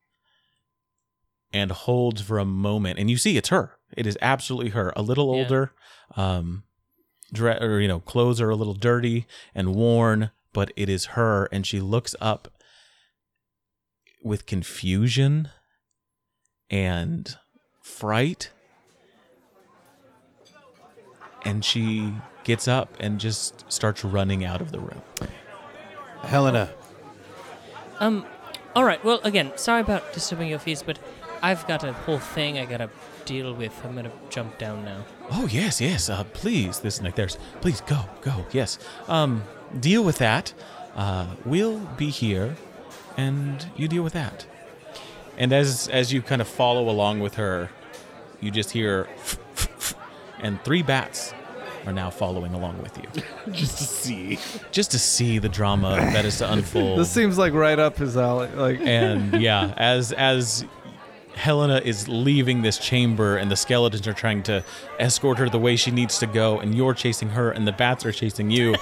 Speaker 2: and holds for a moment. And you see it's her. It is absolutely her. A little
Speaker 4: Yeah.
Speaker 2: older, um, dre- or, you know, clothes are a little dirty and worn, but it is her. And she looks up with confusion and fright. And she gets up and just starts running out of the room.
Speaker 6: Helena,
Speaker 4: Um, all right. Well, again, sorry about disturbing your feast, but I've got a whole thing I gotta deal with. I'm gonna jump down now.
Speaker 2: Oh yes, yes. Uh, please, this is Nick. There's. Please go, go. Yes. Um, deal with that. Uh, we'll be here, and you deal with that. And as as you kind of follow along with her, you just hear, and three bats are now following along with you,
Speaker 5: Just to see.
Speaker 2: just to see the drama that is to unfold.
Speaker 1: This seems like right up his alley. Like
Speaker 2: and yeah, as as Helena is leaving this chamber, and the skeletons are trying to escort her the way she needs to go, and you're chasing her, and the bats are chasing you,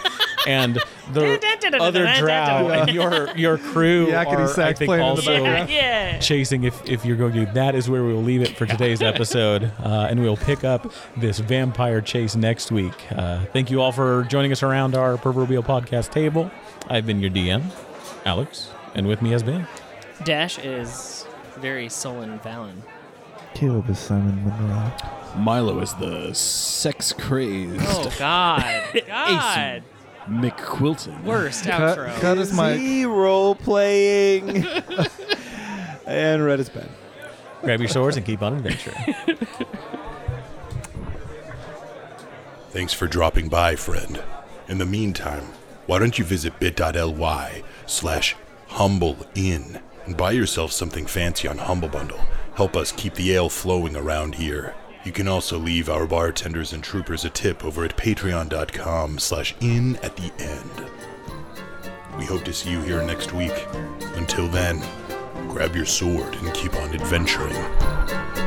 Speaker 2: and the other drow and your your crew
Speaker 1: Yakety
Speaker 2: are I
Speaker 1: sax
Speaker 2: think
Speaker 1: playing in the
Speaker 2: also
Speaker 1: background.
Speaker 4: Yeah.
Speaker 2: chasing. If if you're going to, that is where we will leave it for today's episode, uh, and we'll pick up this vampire chase next week. Uh, thank you all for joining us around our proverbial podcast table. I've been your DM, Alex, and with me has been.
Speaker 4: Dash is very sullen Valen.
Speaker 1: Caleb is Simon Monroe.
Speaker 5: Milo is the sex crazed
Speaker 4: Oh God, God,
Speaker 5: McQuilton.
Speaker 4: worst outro.
Speaker 1: Cut, cut his mic.
Speaker 6: He role playing. and red is bad.
Speaker 2: Grab your swords and keep on adventuring.
Speaker 8: Thanks for dropping by, friend. In the meantime, why don't you visit bit.ly slash humble inn and buy yourself something fancy on Humble Bundle. Help us keep the ale flowing around here. You can also leave our bartenders and troopers a tip over at patreon.com slash in at the end. We hope to see you here next week. Until then, grab your sword and keep on adventuring.